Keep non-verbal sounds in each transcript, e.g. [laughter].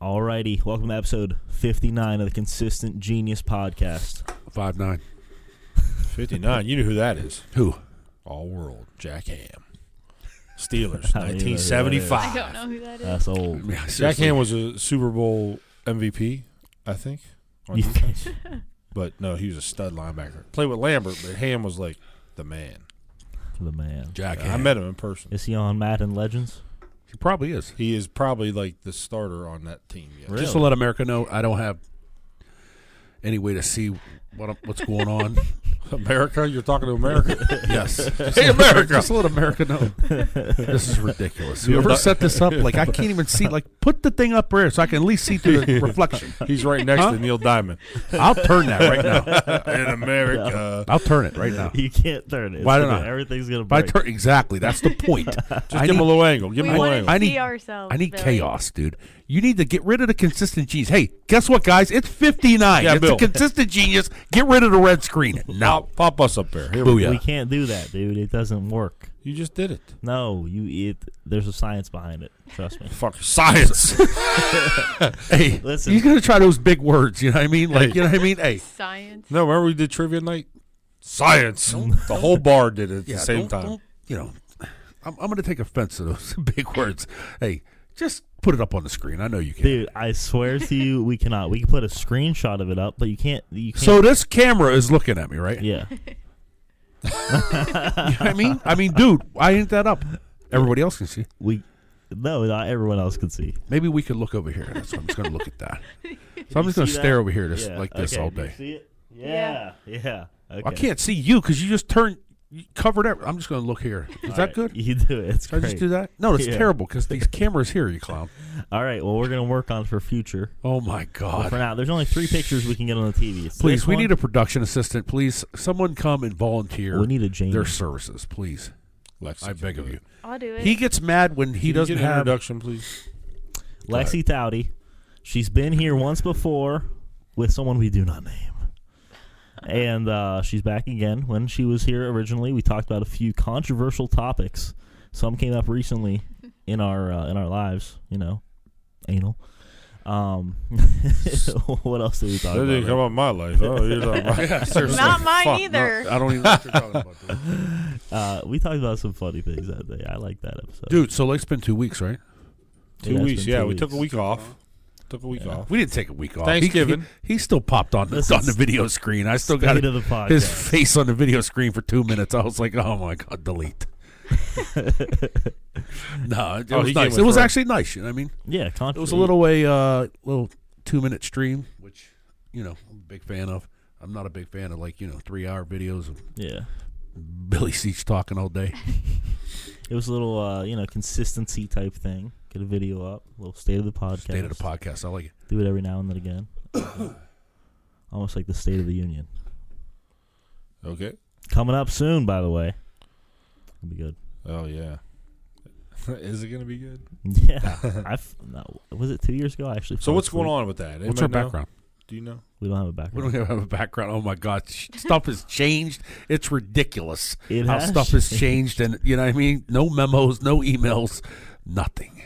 Alrighty, welcome to episode 59 of the Consistent Genius Podcast. Five nine. 59. You know who that is. Who? All world. Jack Ham. [laughs] Steelers. I don't even know who that is. 1975. I don't know who that is. That's old. Yeah, Jack seriously. Ham was a Super Bowl MVP, I think. on You defense. [laughs] but no, he was a stud linebacker. Played with Lambert, but Ham was like the man. The man. Jack I Ham. met him in person. Is he on Madden Legends? He probably is. He is probably like the starter on that team. Yet. Really? Just to let America know, I don't have any way to see what I'm- what's going [laughs] on. America, you're talking [laughs] to America. yes. hey, America. Just let America know. this is ridiculous. Whoever not- set this up, like I can't even see. Like, put the thing up there so I can at least see through the reflection. He's right next Huh? to [laughs] Neil Diamond. I'll turn that right now. in America. I'll turn it right now. [laughs] You can't turn it. It's Why don't gonna- I? Everything's going to If I break. turn exactly, that's the point. Just I give him a need, low angle. Give him we a low want angle. to I need- see ourselves. I need Billy. chaos, dude. You need to get rid of the consistent genius. Hey, guess what, guys? It's 59. Yeah, it's Bill. a consistent genius. Get rid of the red screen. No. Pop, pop us up there. Here we Booyah. We can't do that, dude. It doesn't work. You just did it. No, you it. There's a science behind it. Trust [laughs] me. Fuck [laughs] science. Hey, Listen. he's gonna try those big words. You know what I mean? Like, you know what I mean? Hey, Science. No, remember we did trivia night? Science. the whole bar did it at yeah, the same don't- time. don't- you know, I'm, I'm gonna take offense to those [laughs] big words. Hey, just put it up on the screen. I know you can. Dude, I swear to you, we cannot. We can put a screenshot of it up, but you can't. You can't. So this camera is looking at me, right? yeah. You know what I mean, I mean, dude, I ain't that up. Everybody else can see. We. No, not everyone else can see. Maybe we could look over here. That's what I'm just gonna look at that. So I'm [laughs] You just gonna see that? stare over here, this Yeah, like this okay, all do you day. see it? Yeah. Yeah. Okay. I can't see you because you just turned, you covered everything. I'm just gonna look here. Is All that right, [laughs] good? You do it. It's Can I great. just do that? No, it's Yeah. terrible because these cameras here, you clown. All right. Well, we're gonna work on for future. Oh my But god. for now, there's only three pictures we can get on the TV. It's Please, this we one. need a production assistant. Please, someone come and volunteer We need a Jamie. their services, please. Lex, I beg of you. I'll do it. He gets mad when he He doesn't doesn't get an [laughs] have. introduction, please. Lexi Towdy. She's been here once before with someone we do not name. And uh, she's back again. When she was here originally, we talked about a few controversial topics. Some came up recently in our uh, in our lives, you know, anal. Um, [laughs] what else did we talk That didn't about? come up in my life. Oh, you're talking about seriously. Not mine Fuck, either. I don't even know what you're talking about, dude. Uh, we talked about some funny things that day. I like that episode. dude. So like, it's been two weeks, right? Yeah, Two it's weeks. been Yeah, two we took a weeks. week off. Took a week Yeah. off. We didn't take a week off. He- Thanksgiving. He, he still popped on the, Listen, on the video screen. I still got State it, of the podcast. his face on the video screen for two minutes. I was like, oh my god, delete. no, it Oh, he was came nice. with It was Roy. actually nice. You know what I mean? yeah, It was a little way, uh, little two minute stream, which you know I'm a big fan of. I'm not a big fan of like you know three hour videos of Yeah, Billy Seach talking all day. it was a little uh, you know consistency type thing. Get a video up, a little state of the podcast. State of the podcast. I like it. Do it every now and then again. [coughs] Almost like the State of the Union. Okay. Coming up soon, by the way. It'll be good. [laughs] Oh, yeah. [laughs] is it going to be good? Yeah, I've no, was it two years ago? I actually. So fell what's going asleep. on with that? What's Anybody her know? background? Do you know? We don't have a We background. don't have a background. Oh my god, sh- stuff has changed. It's ridiculous It how has stuff has changed, and you know what I mean. No memos, no emails, nothing.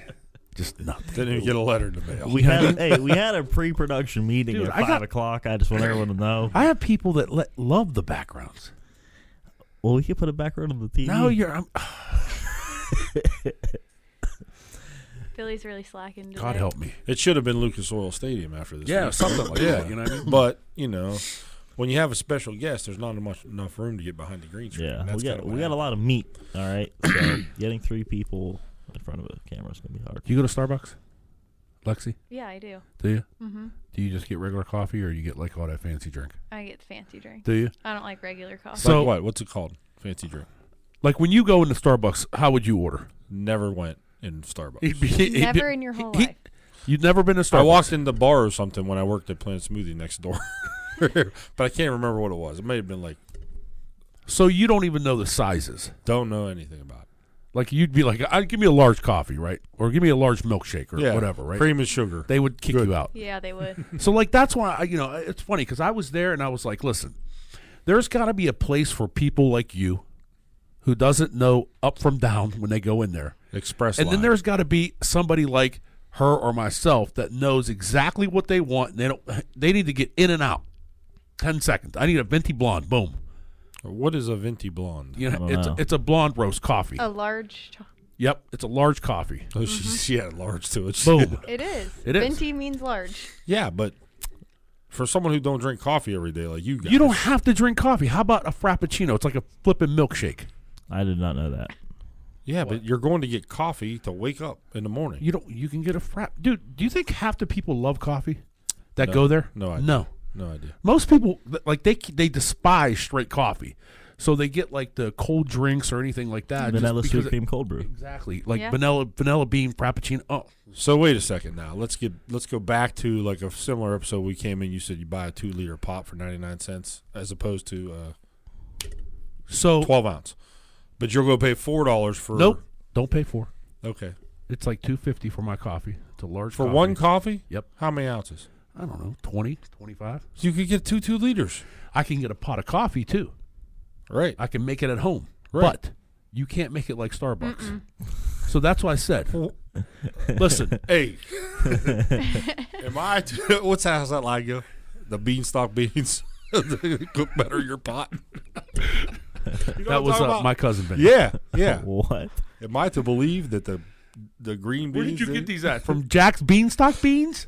Just nothing. Didn't even get a letter in the [laughs] mail. We had a, hey, we had a pre-production meeting Dude, at I five got- o'clock. I just want everyone to know. I have people that let, love the backgrounds. well, we could put a background on the TV. Now you're, I'm, ah, Billy's really slacking. Today. God help me. It should have been Lucas Oil Stadium after this. Yeah, week. something like yeah. that, you know what I mean? But you know, when you have a special guest, there's not much enough room to get behind the green screen. Yeah, and we that's got kinda what we got a happened. lot of meat. All [coughs] right, so getting three people in front of a camera is gonna be hard. Do you go to Starbucks, Lexi? Yeah, I do. Do you? Mm-hmm. Do you just get regular coffee, or you get like all that fancy drink? I get the fancy drink. Do you? I don't like regular coffee. So- like what? What's it called? Fancy drink. Like when you go into Starbucks, how would you order? [laughs] Never went in Starbucks. Never in your whole life. You've never been to Starbucks. I walked in the bar or something when I worked at Planet Smoothie next door, [laughs] but I can't remember what it was. It may have been like so you don't even know the sizes. don't know anything about. Like you'd be like, I, "Give me a large coffee, right?" Or "Give me a large milkshake," or It. Yeah, whatever, right? Cream and sugar. they would kick Good. you out. Yeah, they [laughs] would. So like that's why I, you know it's funny because I was there and I was like, listen, there's got to be a place for people like you who doesn't know up from down when they go in there, Express. and then line. there's got to be somebody like her or myself that knows exactly what they want. And they don't. They need to get in and out. Ten seconds. I need a venti blonde. Boom. What is a venti blonde? [laughs] You I know, don't it's know. it's a blonde roast coffee. A large. cho- Yep, it's a large coffee. Oh, she's yeah, large too. It's- Boom. It is. It is. Venti means large. Yeah, but for someone who don't drink coffee every day like you guys, You don't have to drink coffee. How about a frappuccino? It's like a flipping milkshake. I did not know that. Yeah, but you're going to get coffee to wake up in the morning. You don't. You can get a frap. Dude, do you think half the people love coffee that No. go there? No idea. no. No idea. Most people th- like they they despise straight coffee, so they get like the cold drinks or anything like that. just Vanilla because sweet it- cream cold brew. Exactly, like Yeah. vanilla vanilla bean frappuccino. Oh, So wait a second now. Let's get let's go back to like a similar episode we came in. You said you buy a two liter pop for ninety nine cents as opposed to uh, so twelve ounce, but you'll go pay four dollars for nope, don't pay for. Okay, It's like two fifty for my coffee. It's a large for coffee. one coffee. Yep. How many ounces? I don't know 20, 25. So you could get two two liters. I can get a pot of coffee too. Right. I can make it at home, Right. but you can't make it like Starbucks. So that's why I said, [laughs] listen, Hey, am I? Too, [laughs] what's that? How's that line go? The beanstalk beans [laughs] cook better your pot. [laughs] You know what that I'm was talking uh, about? my cousin. Ben. Yeah, yeah. What? Am I to believe that the the green beans? didn't- at? From Jack's Beanstalk [laughs] Beans?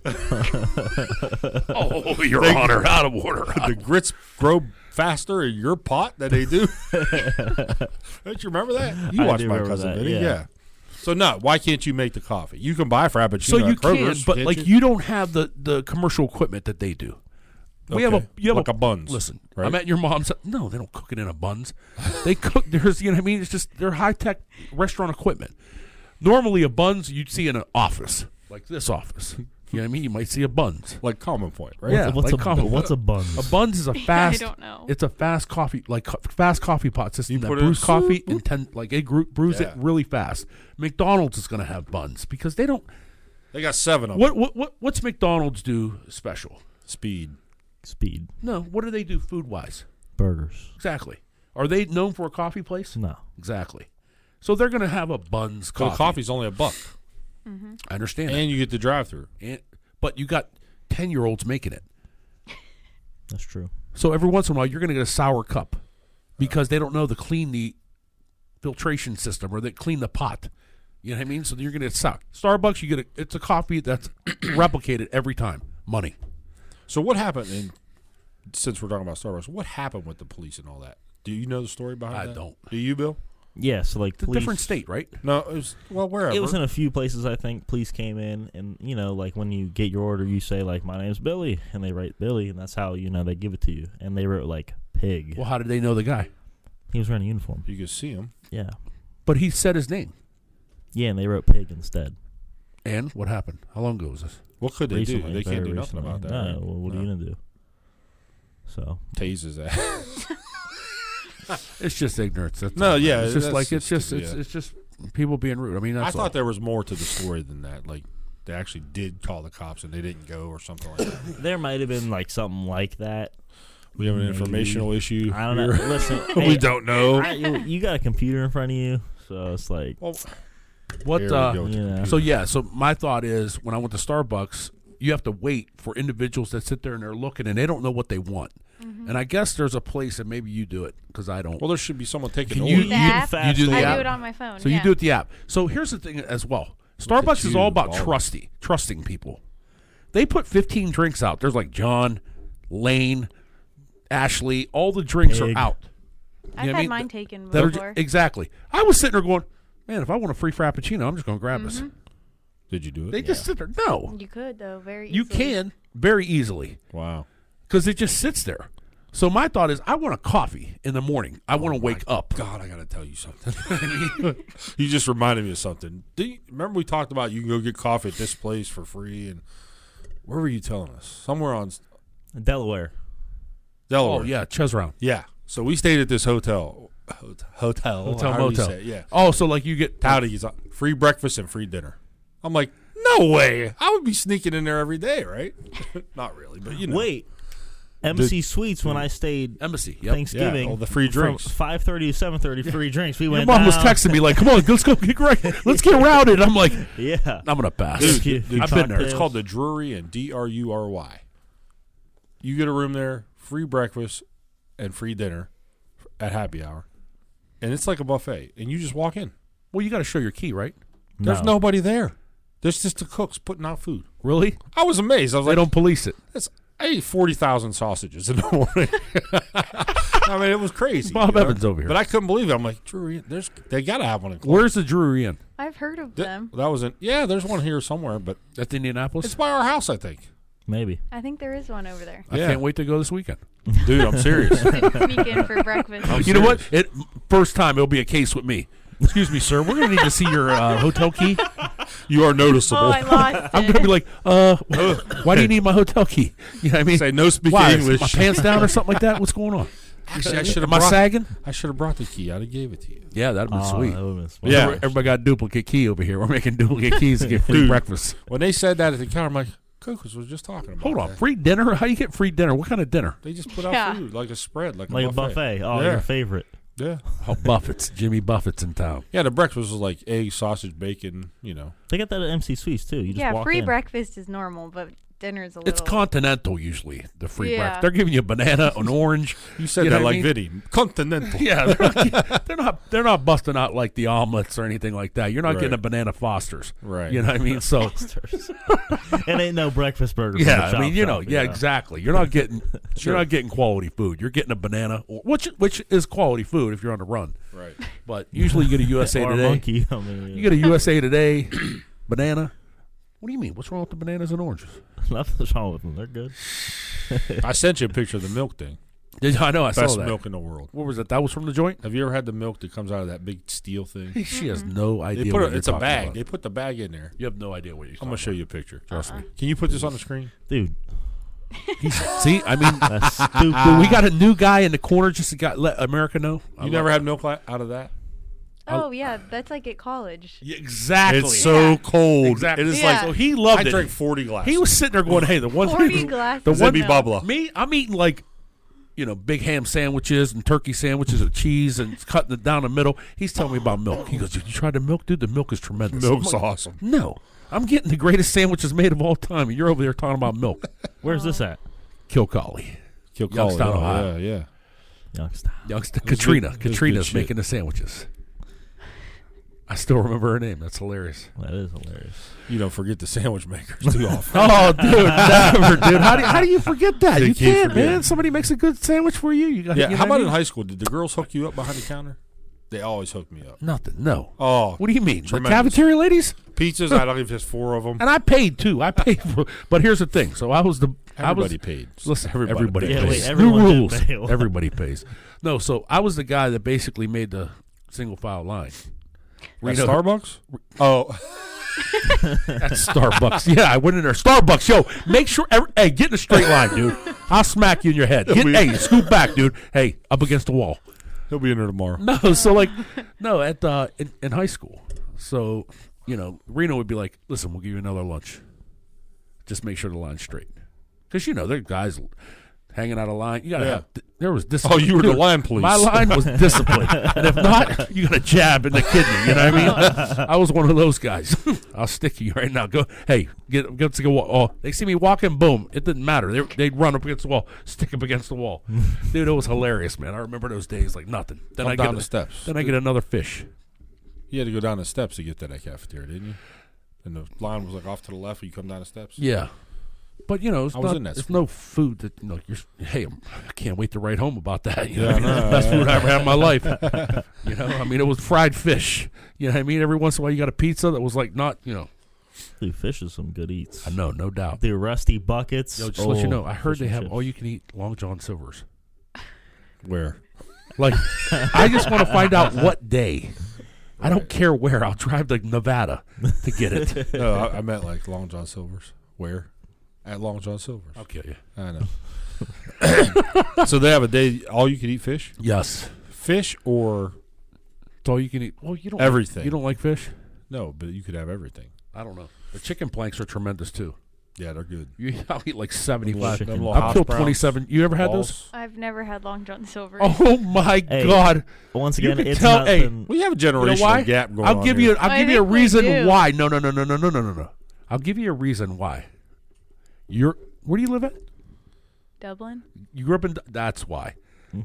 oh, Your Honor, out of order. The grits grow faster in your pot than [laughs] they do. Don't you remember that? You I watched do my remember cousin that, Vinny. yeah. Yeah. So no, why can't you make the coffee? You can buy [laughs] frappuccino. So you at can, Kroger's, but can't like you? don't have the, the commercial equipment that they do. We have a Okay. you have Like a buns, Listen, right? I'm at your mom's. No, they don't cook it in a buns. They cook. [laughs] There's you know what I mean. It's just they're high tech restaurant equipment. Normally, a buns you'd see in an office like this office. You know what I mean? You might see a buns. like common point, right? Yeah, what's like a coffee. what's a bun? A buns [laughs] is a fast. don't know. It's a fast coffee, like co- fast coffee pot system You that put it- brews coffee in ten, like it gru- brews it Yeah. really fast. McDonald's is going to have buns because they don't. They got seven of them. What what what what's McDonald's do special? Speed. Speed No, what do they do food wise? burgers. Exactly. Are they known for a coffee place? No. Exactly. So they're going to have a buns So coffee. the coffee's only a buck, I understand. that. and you get the drive-through. And- but you got ten year olds making it. That's true. So every once in a while, you're going to get a sour cup because they don't know to clean the filtration system or they clean the pot. You know what I mean? So you're going to get sour. Starbucks, you get a, it's a coffee that's [clears throat] replicated every time. Money. So what happened? In, since we're talking about Starbucks, what happened with the police and all that? Do you know the story behind I that? don't. Do you, Bill? Yeah, so like It's a police- different state, right? No, it was well wherever. It was in a few places, I think. Police came in, and you know, like when you get your order, you say like, "My name's Billy," and they write Billy, and that's how you know they give it to you. And they wrote like pig. Well, how did they know the guy? He was wearing a uniform. you could see him. Yeah, But he said his name. yeah, and they wrote pig instead. And what happened? How long ago was this? What could they recently, do? They can't very do nothing recently. about that. No, right? well, what are No. you gonna do? So Tase his ass. It's just ignorance. That's No, all. yeah, It's just that's like it's just just- it's, yeah. it's just people being rude. I mean, that's I all. thought there was more to the story than that. Like they actually did call the cops and they didn't go or something like that. there might have been like something like [laughs] that. We have an Maybe. informational issue. I don't know. here. Listen, [laughs] we hey, don't know. I- you, you got a computer in front of you, so it's like, well, what here we uh, go with the you know. computer. So yeah, so my thought is when I went to Starbucks, you have to wait for individuals that sit there and they're looking and they don't know what they want. And I guess there's a place that maybe you do it because I don't. well, there should be someone taking Can over. you- The app? fast You do the I app. do it on my phone. so yeah. you do it the app. So here's the thing as well. Starbucks is you, all about baller. trusty, trusting people. They put 15 drinks out. There's like John, Lane, Ashley. All the drinks Pig. are out. You I've know what I had mean? mine taken That are before. exactly. I was sitting there going, man, if I want a free frappuccino, I'm just going to grab this. Did you do it? They just sit there. No, you could though, very. you easily. can very easily. wow. because it just sits there. So my thought is, I want a coffee in the morning. I Oh want to wake up. God, I gotta tell you something. [laughs] you just reminded me of something. Do you remember we talked about you can go get coffee at this place for free and where were you telling us? Somewhere on Delaware. Delaware. Oh yeah, Ches round. Yeah. So we stayed at this hotel. Hotel. Hotel, Hotel however you motel. say it, Yeah. Oh, so like you get Howdy. He's like, free breakfast and free dinner. I'm like, [laughs] no way. I would be sneaking in there every day, right? Not really, but you know. Wait, MC Sweets when I stayed Embassy. Yep. Thanksgiving. all the free drinks. Five thirty to seven thirty, free drinks. We Your went. mom was down. texting me like, "Come on, let's go get right, let's get routed." I'm like, "I'm Yeah. gonna pass." Dude, Dude, Dude, I've been there. cocktails. It's called the Drury and D R U R Y. You get a room there, free breakfast and free dinner at happy hour, and it's like a buffet. And you just walk in. Well, you got to show your key, right? There's nobody there. There's just the cooks putting out food. Really? I was amazed. I was They like, don't police it. That's, I ate 40,000 sausages in the [laughs] morning. I mean, it was crazy. Bob you know? Evans over here. But I couldn't believe it. I'm like, Drury, there's, they got to have one in Columbus. Where's the Drury Inn? I've heard of Th- them. That was in, yeah, there's one here somewhere, but That's Indianapolis. it's by our house, I think. Maybe. I think there is one [laughs] over there. I Yeah. can't wait to go this weekend. Dude, I'm serious. Sneak in for breakfast. I'm you know what? serious. It first time it'll be a case with me. Excuse me, sir. We're gonna need to see your uh, hotel key. You are noticeable. Oh, I lost it. I'm gonna be like, uh, why do you need my hotel key? You know what I mean? Say no speaking why, is English. My pants down or something like that? What's going on? Actually, I should have Am I brought. sagging? I should have brought the key. I'd have gave it to you. Yeah, that'd be Oh, sweet. that would've been smart. Yeah. Everybody got a duplicate key over here. We're making duplicate keys to get free Dude. breakfast. When they said that at the counter, I'm like, Cuckoos was just talking about. Hold on, that. free dinner? How you get free dinner? What kind of dinner? They just put out Yeah. food like a spread, like, Like a buffet. Oh, yeah. your favorite. yeah. Oh, Buffett's, Jimmy Buffett's in town. Yeah, the breakfast was like egg, sausage, bacon, you know. They got that at MC Sweets too. You just yeah, walk free in. [laughs] breakfast is normal, but dinner is a little. It's continental usually. The free Yeah. breakfast. They're giving you a banana, an orange. You said You know that what I like mean? Vinny. [laughs] Continental. Yeah, they're not, they're not they're not busting out like the omelets or anything like that. You're not Right. getting a banana Foster's, Right. You know what I mean? [laughs] So it ain't no breakfast burger. from yeah, the I mean Chop you know Shop, yeah, exactly. You're not getting [laughs] Sure. you're not getting quality food. You're getting a banana, or, which which is quality food if you're on the run. Right. But usually you [laughs] get a USA Or a Today. monkey. [laughs] I mean, yeah. You get a USA Today [clears throat] banana. What do you mean? What's wrong with the bananas and oranges? Nothing's wrong with them. They're good. I sent you a picture of the milk thing. I know I Best saw that. milk in the world. What was it? That was from the [laughs] joint. Have you ever had the milk that comes out of that big steel thing? She has no idea. They put what a, you're it's a talking bag. about. They put the bag in there. You have no idea what you're. I'm talking gonna about. show you a picture. Trust me. Can you put this on the screen? Dude, See, I mean, that's stupid. Dude, we got a new guy in the corner just to got let America know. I Ah. You love never it. had milk li- out of that? Oh yeah, that's like at college. Yeah, exactly. Yeah. cold. exactly. It is Yeah. like like so he loved I it. drank 40 glasses. he was sitting there going, "Hey, the one Forty thing, glasses. the of one Zibby milk. Bubba. me, I'm eating like." You know, big ham sandwiches and turkey sandwiches with cheese and cutting it down the middle. He's telling me about milk. He goes, "Did you try the milk, dude? The milk is tremendous. [laughs] Milk's I'm like, awesome. No, I'm getting the greatest sandwiches made of all time, and you're over there talking about milk. [laughs] Where's this at? Kilcally, Kilcally. Youngstown, Oh, Ohio. Yeah, yeah. Youngstown. youngster was Katrina. good- it was good Katrina's shit. making the sandwiches. I still remember her name. That's hilarious. That is hilarious. You don't forget the sandwich makers [laughs] too often. Oh, dude, never, dude. How do, how do you forget that? They you can't can't, forget. man. Somebody makes a good sandwich for you. You got yeah. You know How what about I in mean? high school? Did the girls hook you up behind the counter? They always hooked me up. nothing? No. [laughs] Oh, What do you mean? The Tremendous. cafeteria ladies? pizzas. I don't even just four of them. And I paid too. I paid, for, but here's the thing. So I was the Everybody I was, paid. Listen, everybody, paid. pays. Yeah, wait, New everyone did rules. fail. [laughs] everybody pays. No, so I was the guy that basically made the single file line. At Reno- Starbucks? Oh, [laughs] At Starbucks. yeah, I went in there. Starbucks, yo, make sure. Every, hey, get in a straight line, dude. I'll smack you in your head. Get, [laughs] We- hey, scoot back, dude. Hey, up against the wall. he'll be in there tomorrow. No, [laughs] so like, no, at uh, in, in high school. So, you know, Reno would be like, "Listen, we'll give you another lunch. Just make sure the line's straight, because you know there are guys hanging out of line. You gotta Yeah. Oh, have. There was discipline. you were the line police. My line was discipline, and if not, you got a jab in the kidney. You know what I mean? I was one of those guys. [laughs] I'll stick you right now. Go, hey, get get to go. wa- Oh, they see me walking. Boom! It didn't matter. They they'd run up against the wall, stick up against the [laughs] wall. Dude, it was hilarious, man. I remember those days like nothing. Then Come I down get the steps. Then I get another fish. You had to go down the steps to get to that cafeteria, didn't you? And the line was like off to the left. You come down the steps. Yeah. But you know, it's I was not, in that it's school. no food that you know. You're, hey, I'm, I can't wait to write home about that. You know, Yeah, [laughs] I That's know, the best yeah. food I ever had in my [laughs] life. you know, I mean, it was fried fish. You know, what I mean, every once in a while you got a pizza that was like not, you know, Dude, fish is some good eats. I know, no doubt. The rusty buckets. Yo, just let you Oh, know, I fish heard they and have chips. all you can eat Long John Silver's. Where? Like, I just want to find out what day. I don't care where. I'll drive to Nevada to get [laughs] it. No, I, I meant like Long John Silver's. Where? At Long John Silver's. I'll kill you. I know. [coughs] so they have a day all you can eat fish, Yes, fish or it's all you can eat. Well, you don't everything. You don't like fish? no, but you could have everything. I don't know. The chicken planks are tremendous too. Yeah, they're good. You, [laughs] I'll eat like 75. Chicken. Them little I'll hash kill browns, 27. You ever had those? balls. I've never had Long John Silver. Oh my Hey, God. Once You again, can it's tell- not hey, been. We have a You know generational why? gap going I'll on give here. you. I'll I give you a think we reason do. why. No, no, no, no, no, no, no, no, no. I'll give you a reason why. You're. Where do you live at? Dublin. You grew up in. That's why.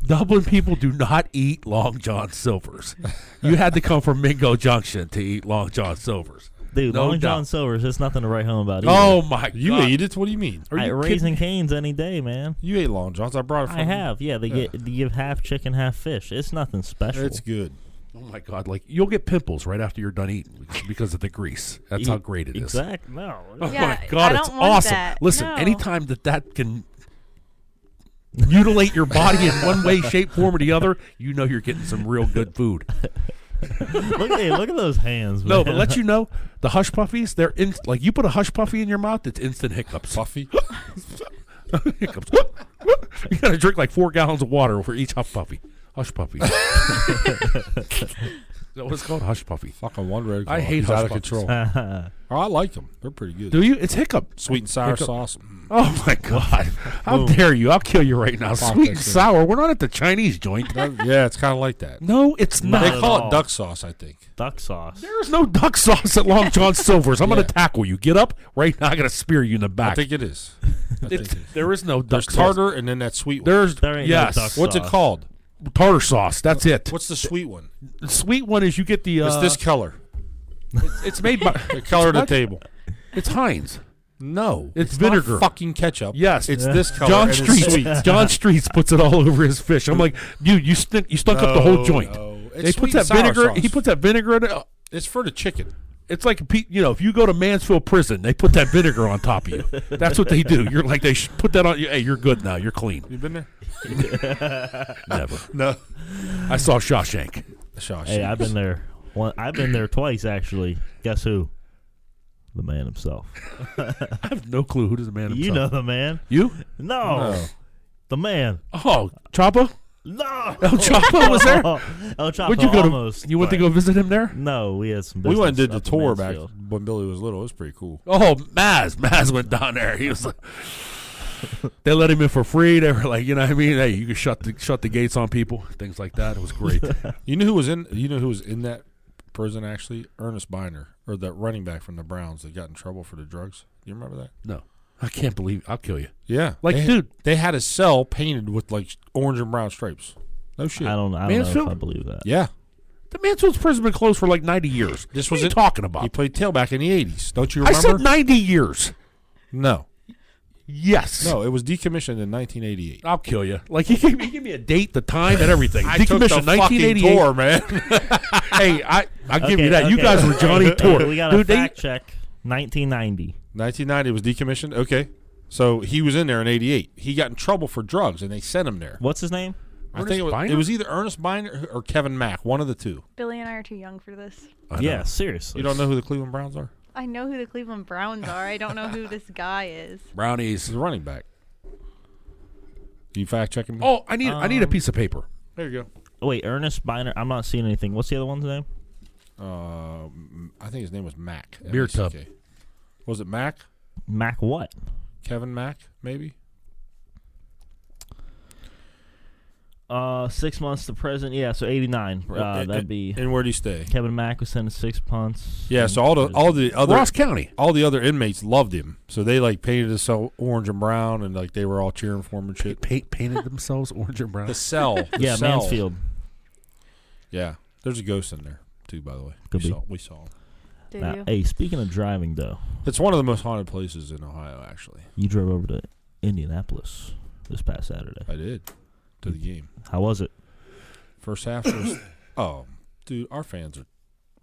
Dublin people do not eat Long John Silver's. You had to come from Mingo Junction to eat Long John Silver's. Dude, No Long John doubt. Silver's, it's nothing to write home about. Oh either. my You God! ate it? What do you mean? Are I- you raising kidding? canes any day, man. You ate Long Johns. I brought it from I have, yeah. They Yeah. get they give half chicken, half fish. It's nothing special. It's good. Oh my God! Like you'll get pimples right after you're done eating because of the grease. That's how great it is. E- Exact. No, [laughs] Oh Yeah, my god, I it's don't want awesome. that. Listen, No. anytime that that can mutilate your body in one [laughs] way, shape, form, or the other, you know you're getting some real good food. look, hey, look at those hands. Man. No, but let you know the hush puffies. They're in like you put a hush puffy in your mouth, it's instant hiccups. [gasps] Puffy. hiccups. you gotta drink like four gallons of water for each hush puffy. Hush [laughs] puffy. Is that what it's called? Hush puffy. Fucking one red. I Claw. hate He's out of Hush Puppies. control. Oh, I like them. They're pretty good. Do you? It's hiccup. Sweet and sour Hiccup. [laughs] sauce. Mm. Oh my god! How dare you? I'll kill you right now. Fuck Sweet that and shit. sour. We're not at the Chinese joint. That- yeah, it's kind of like that. No, it's Not not. They at call all. it duck sauce, I think. [laughs] duck sauce. There's no duck sauce at Long John Silver's. I'm Yeah. gonna tackle you. Get up right now. I'm gonna spear you in the I back. think it is. [laughs] I think It's- it is. there is no duck There's sauce. tartar and then that sweet one. There's There ain't no yes. duck What's it sauce. called? Tartar sauce. That's it. What's the sweet one? The sweet one is you get the. Uh, it's this color. it's- It's made by. [laughs] The color of the not- table. It's Heinz. No, It's not vinegar. fucking ketchup. Yes. it's this color. John and it's sweet. Streets. [laughs] John Streets puts it all over his fish. I'm like, dude, you stink, you stunk up the No, whole joint. no. It's They put sweet that and sour vinegar. sauce. He puts that vinegar in it. Uh, It's for the chicken. It's like pe- you know, if you go to Mansfield Prison, they put that vinegar on top of you. That's what they do. You're like they sh- put that on you. Hey, you're good now. You're clean. You been there? [laughs] Never. [laughs] No. I saw Shawshank. Shush. Hey, I've been there. One, I've been there twice actually. Guess who? The man himself. [laughs] I have no clue who does the man himself. You know the man. You? No, No. the man. Oh, Chapo. No, [laughs] Oh, El Chapo was there. El Chapo Where'd you go almost. to? You went to but- go visit him there? No, we had some. we went and business did the up in tour back Mansfield. when Billy was little. It was pretty cool. Oh, Maz. Maz went down there. He was like, [laughs] they let him in for free. They were like, you know what I mean? Hey, you can shut the shut the gates on people. Things like that. It was [laughs] great. You know who was in? You know who was in that prison actually? Ernest Biner, or that running back from the Browns that got in trouble for the drugs. You remember that? no, I can't believe. I'll kill you. Yeah, Like, they, dude. they had a cell painted with like orange and brown stripes. No shit. I don't. I don't know Mansfield? if I believe that. Yeah, The Mansfield's prison been closed for like 90 years. This what was are you it. talking about? he played tailback in the eighties. Don't you I remember? said 90 years. no, Yes. no. It was decommissioned in nineteen eighty-eight. I'll kill you. Like he gave, he gave me a date, the time, and everything. [laughs] I took the Decommission fucking 1988. tour, [laughs] man. Hey, I I give you Okay, that. You okay. guys were Johnny Hey, [laughs] Tour. We got a Dude, they- fact check. 1990. 1990 was decommissioned. Okay. So he was in there in 88. He got in trouble for drugs and they sent him there. What's his name? I think it was, Ernest Biner? it was either Ernest Biner or Kevin Mack, one of the two. Billy and I are too young for this. I yeah, know. seriously. You don't know who the Cleveland Browns are? I know who the Cleveland Browns are. I don't know [laughs] who this guy is. brownies. He's a running back. You fact checking me? Oh, I need I need Um, a piece of paper. there you Wait, Ernest Biner. I'm not seeing anything. What's the other one's name? go. Um, I think his name was Mack. Beer tub. M A C K. Was it Mack? Mac what? Kevin Mack, maybe? Uh, six months to prison. Yeah, so 89. Uh, And- that'd be And where'd he stay? Kevin Mack was sentenced six punts. Yeah, so all the all the other Ross County. all the other inmates loved him. So they like painted his cell orange and brown and like they were all cheering for him and shit. Paint, painted themselves orange and [laughs] brown. The [laughs] cell. the yeah, cell. Mansfield. Yeah, there's a ghost in there too. By the way, Could we be. saw. We saw. him. Did Now, you? hey, speaking of driving though, It's one of the most haunted places in Ohio. Actually, you drove over to Indianapolis this past Saturday. I did to the game. How was it? First half was. [coughs] oh, dude, our fans are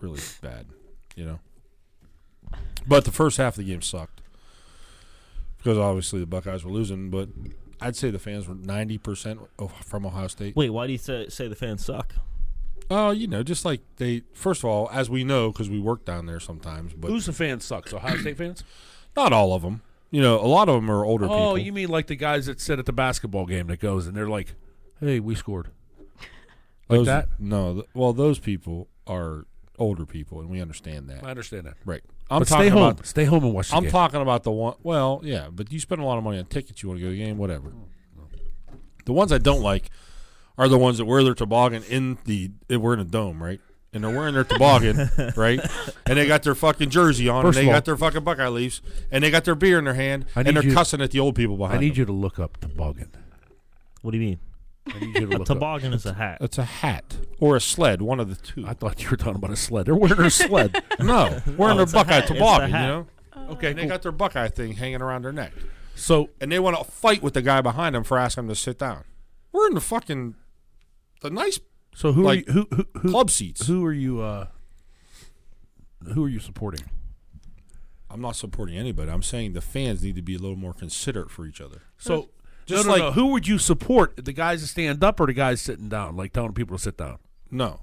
really bad. You know, but the first half of the game sucked because obviously the Buckeyes were losing. But I'd say the fans were ninety percent from Ohio State. Wait, why do you say, say the fans suck? Oh, you know, just like they. First of all, as we know, because we work down there sometimes, but Who's the fan sucks? Ohio State fans? not all of them. You know, a lot of them are older Oh, people. you mean like the guys that sit at the basketball game that goes and they're like, "Hey, we scored." Those- that? No. Th- well, those people are older people, and we understand that. I understand that. Right. I'm but talking stay home. about stay home and watch the I'm game. talking about the one. Well, yeah, but you spend a lot of money on tickets. You want to go to the game, whatever. The ones I don't like are the ones that wear their toboggan in the. eh, We're in a dome, right? And they're wearing their toboggan, [laughs] right? And they got their fucking jersey on, First of and they all- got their fucking Buckeye leaves, and they got their beer in their hand, I and need they're you- cussing at the old people I behind. need them. you to look up toboggan. What do you mean? I need [laughs] you A to look up. toboggan is a hat. It's a hat or a sled, one of the two. I Oh, thought you were talking about a sled. They're wearing a sled. [laughs] no, wearing their it's a Buckeye hat. It's a toboggan, you hat. know. okay, And they cool. got their Buckeye thing hanging around their neck. so and they want to fight with the guy behind them for asking him to sit down. We're in the fucking the nice so who Like, are you, who who who, club seats. who are you uh who are you supporting? I'm not supporting anybody. I'm saying the fans need to be a little more considerate for each other. So Just no, no, like- no. who would you support? The guys that stand up or the guys sitting down, like telling people to sit down? No,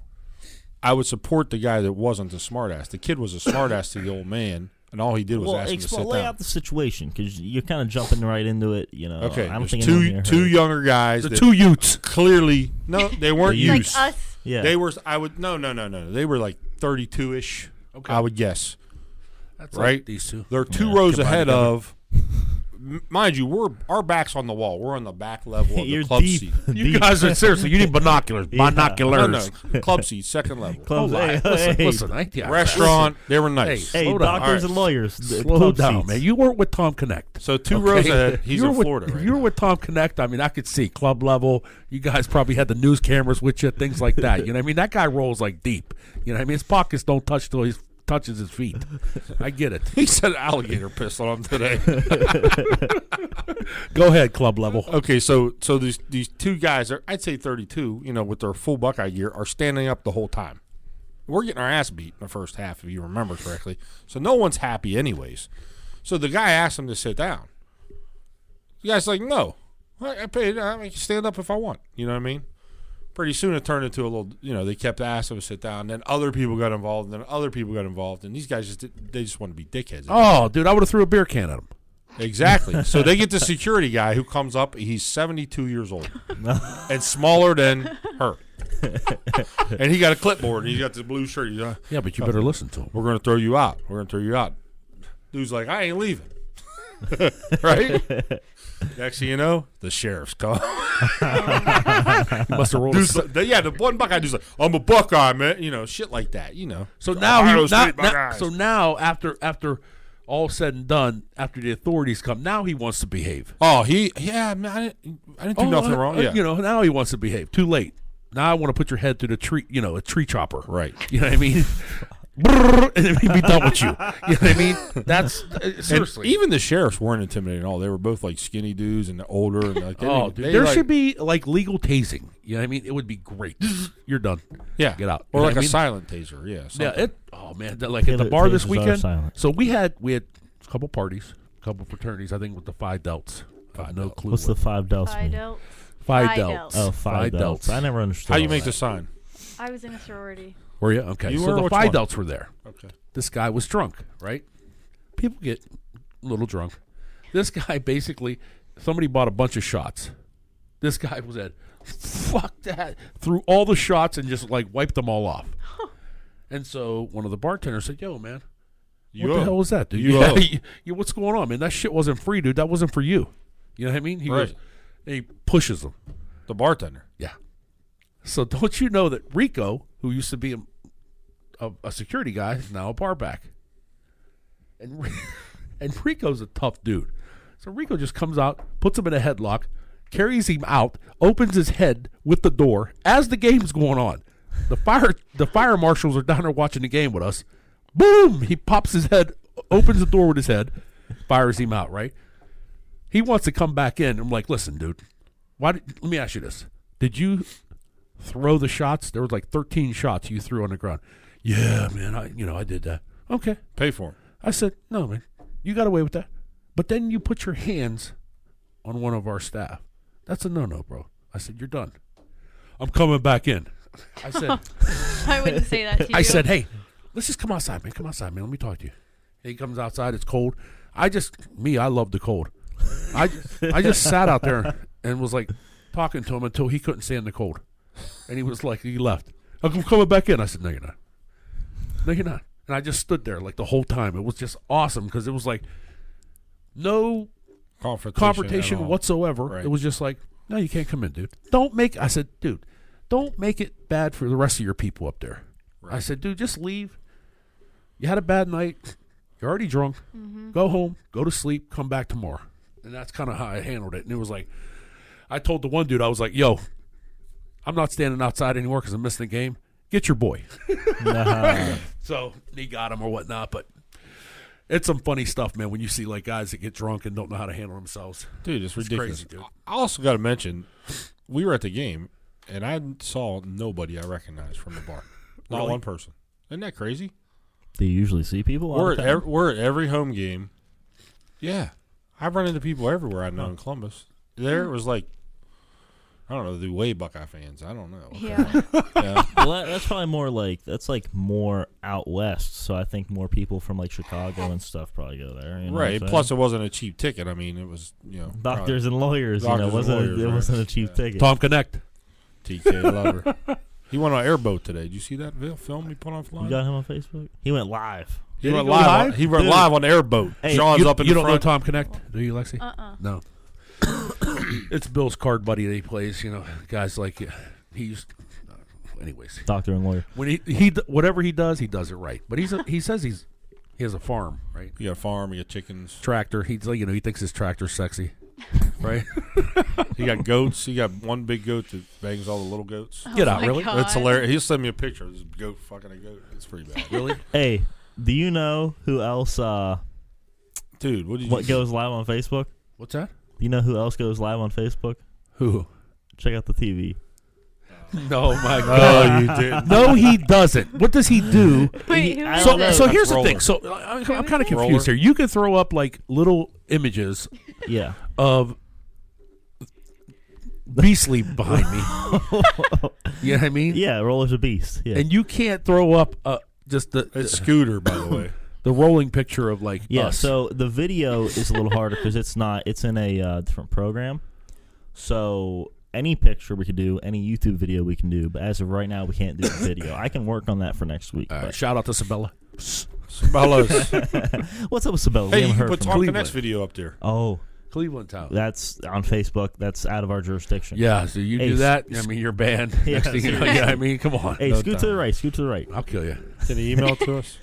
I would support the guy that wasn't the smartass. The kid was a smartass to the old man, and all he did was Well, ask him to explain, sit lay down. out the situation because you're kind of jumping right into it. You know, Oh, Okay, I don't there's think anyone two here two heard. younger guys. The that two Utes. clearly [laughs] no, they weren't The used. Like us. Yeah, They were. I would no, no, no, no. They were like 32 ish. Okay. I would guess. That's Right. like these two. They're two rows combined ahead together. of. m- Mind you, we're our backs on the wall. We're on the back level [laughs] of the you're club deep. [laughs] seat. You deep. guys are seriously. You [laughs] need binoculars. Yeah. No, Binoculars. no, [laughs] club seat, second level. Club- Hold on. Hey, Oh, listen, hey. listen. I, yeah, [laughs] Restaurant. They were nice. Hey, Slow down. doctors All right. and lawyers. listen, the Slow club down, seats. man. You weren't with Tom Connect. So two rows ahead. He's you're in with, Florida right You're now. [laughs] with Tom Connect. I mean, I could see club level. You guys probably had the news cameras with you, things like that. You know, what I mean, that guy rolls like deep. You know, what I mean, his pockets don't touch till he touches his feet. I get [laughs] it. He said alligator pistol on him today. Go ahead, club level. okay, so so these these two guys are I'd say 32. You know, with their full Buckeye gear, are standing up the whole time. We're getting our ass beat in the first half, if you remember correctly. So no one's happy, anyways. So the guy asked him to sit down. The guy's like, "No, I, I paid. I can stand up if I want." You know what I mean? Pretty soon it turned into a little. You know, they kept asking him to sit down. Then other people got involved. And then other people got involved. And these guys just did, they just want to be dickheads. Oh, dude, I would have threw a beer can at him. Exactly. so they get the security guy who comes up. He's 72 years [laughs] old and smaller than her. and he got a clipboard and he's got this blue shirt. He's like, Yeah, but you better listen to him. We're going to throw you out. We're going to throw you out. Dude's like, I ain't leaving. [laughs] right? Next thing you know, the sheriff's call. [laughs] He must have rolled. a Dude's like, yeah, the one Buckeye dude's like, I'm a Buckeye, man. You know, shit like that. You know. So now, he, Ohio now, State now- Buckeyes. so now after after all said and done, after the authorities come, now he wants to behave. Oh, Oh, he, yeah, man, I didn't, I didn't do nothing I- wrong. I- yeah. uh, You know, now he wants to behave. Too late. Now I want to put your head through the tree, you know, a tree chopper. Right. You know what I [laughs] mean? Brrr, and then he'd be done with you. You know what I mean? That's uh, And seriously. even the sheriffs weren't intimidating at all. They were both like skinny dudes and older. And like, they oh, didn't- dude, they, there like- should be like legal tasing. You know what I mean? It would be great. You're done. yeah, get out. You or know what like I a mean? silent taser. Yeah, something. Yeah, it. Oh man, that- like at the Taylor- bar this Taylor's are weekend. silent. So we had we had a couple parties, a couple fraternities. I think with the Phi Delts. I have no clue. What's the what- five delts I mean? don't. Phi Phi Delts? Delts? Oh, five, Phi delts. I never understood. How you all make that. the sign? I was in a sorority. Were you okay? You so were? the Which Phi one? Delts were there. Okay. this guy was drunk, right? People get a little drunk. This guy [laughs] basically, somebody bought a bunch of shots. This guy was at, fuck that, threw all the shots and just like wiped them all [laughs] off. And so one of the bartenders said, "Yo, man, You what owe. the hell was that, dude? [laughs] You Yeah, owe. you- you- what's going on, man? That shit wasn't free, dude. That wasn't for you. You know what I mean? He Right. goes, and he pushes them. The bartender. Yeah. So don't you know that Rico, who used to be a, a, a security guy, is now a bar back. And Ri- [laughs] and Rico's a tough dude. So Rico just comes out, puts him in a headlock, carries him out, opens his head with the door as the game's going on. The fire the fire marshals are down there watching the game with us. Boom! He pops his head, opens the door with his head, fires him out, right? He wants to come back in. I'm like, listen, dude, why? Did, let me ask you this: Did you throw the shots? There was like 13 shots you threw on the ground. Yeah, man. I, you know, I did that. Okay. Pay for him. I said, no, man. You got away with that. But then you put your hands on one of our staff. That's a no-no, bro. I said, you're done. I'm coming back in. I said. I wouldn't say that to you. I said, "Hey, let's just come outside, man. Come outside, man. Let me talk to you." He comes outside. It's cold. I just me. I love the cold. I I just sat out there and was like talking to him until "Oh, he couldn't stand the cold, and he was like he left. I'm coming back in. I said, "No, you're not." No, you're not. And I just stood there like the whole time. It was just awesome because it was like no Confrontation. at confrontation all. whatsoever. Right. It was just like, no, you can't come in, dude. Don't make. I said, dude, don't make it bad for the rest of your people up there. I Right. said, dude, just leave. You had a bad night. You're already drunk. Go home. Go to sleep. Come back tomorrow. And that's kind of how I handled it. And it was like, I told the one dude, I was like, yo, I'm not standing outside anymore because I'm missing the game. Get your boy. [laughs] [laughs] Nah. So he got him or whatnot, but. It's some funny stuff, man. When you see like guys that get drunk and don't know how to handle themselves. dude, it's It's crazy, ridiculous. dude. I also got to mention, we were at the game, and I saw nobody I recognized from the bar. Not Really? one person. Isn't that crazy? Do you usually see people? We're Or at, ev- we're at every home game. Yeah, I run into people everywhere I know in Columbus. There it was like, I don't know, the way Buckeye fans. I don't know. Yeah. Yeah. well, that, that's probably more like that's like more out west. So I think more people from like Chicago and stuff probably go there. you know what I'm right. saying? Plus, it wasn't a cheap ticket. I mean, it was you know doctors and lawyers. you Doctors know, and wasn't lawyers, it right. wasn't a cheap ticket. Tom Connect. probably TK Lover. He went on airboat today. Did you see that vil- film he put You offline? got him on Facebook. He went live. he Did went he go live. live? On, he went Dude. live on airboat. Hey, John's you, up in you the don't front. know Tom Connect, do you, Lexi? Uh-uh. No. [coughs] it's Bill's card buddy that he plays. You know, guys like uh, he's. Anyways, Doctor and lawyer. when he he d- whatever he does, he does it right. But he's a, he says he's he has a farm, right? You got a farm. You got chickens. Tractor. He's like you know he thinks his tractor's sexy, right? He got goats. He got one big goat that bangs all the little goats. [laughs] Get out, Oh my really? God. That's hilarious. He sent me a picture of this goat fucking a goat. It's pretty bad. Really? Hey, do you know who else? Uh, Dude, what did you what goes live on Facebook? [laughs] What's that? Do you know who else goes live on Facebook? Who? Check out the TV. [laughs] No, my Oh, God. you didn't. no, he doesn't. What does he do? Wait, He- who I is don't So, know. it? so here's the Roller. thing. So I, I'm kind of confused Roller. here. You can throw up like little images Yeah. of beastly behind me. [laughs] you know what I mean? Yeah, Roller's a beast. Yeah. And you can't throw up uh, just the It's the, Scooter, by the way. the rolling picture of like yeah, us. so the video is a little harder because it's not it's in a uh, different program. So any picture we can do, any YouTube video we can do, but as of right now we can't do the video. I can work on that for next week. All right, but- Uh, shout out to Sabella. [laughs] Sabalos. What's up with Sabella? we hey, you haven't can heard put from Tom her. Cleveland. Connect's video up there. Oh, Cleveland town. that's on Facebook. That's out of our jurisdiction. yeah, so you do Hey, that. I mean, you're banned. Yeah, Next thing you know, [laughs] yeah, I mean, come on. Hey, No scoot to time. the right. Scoot to the right. I'll kill you. Can he email to us?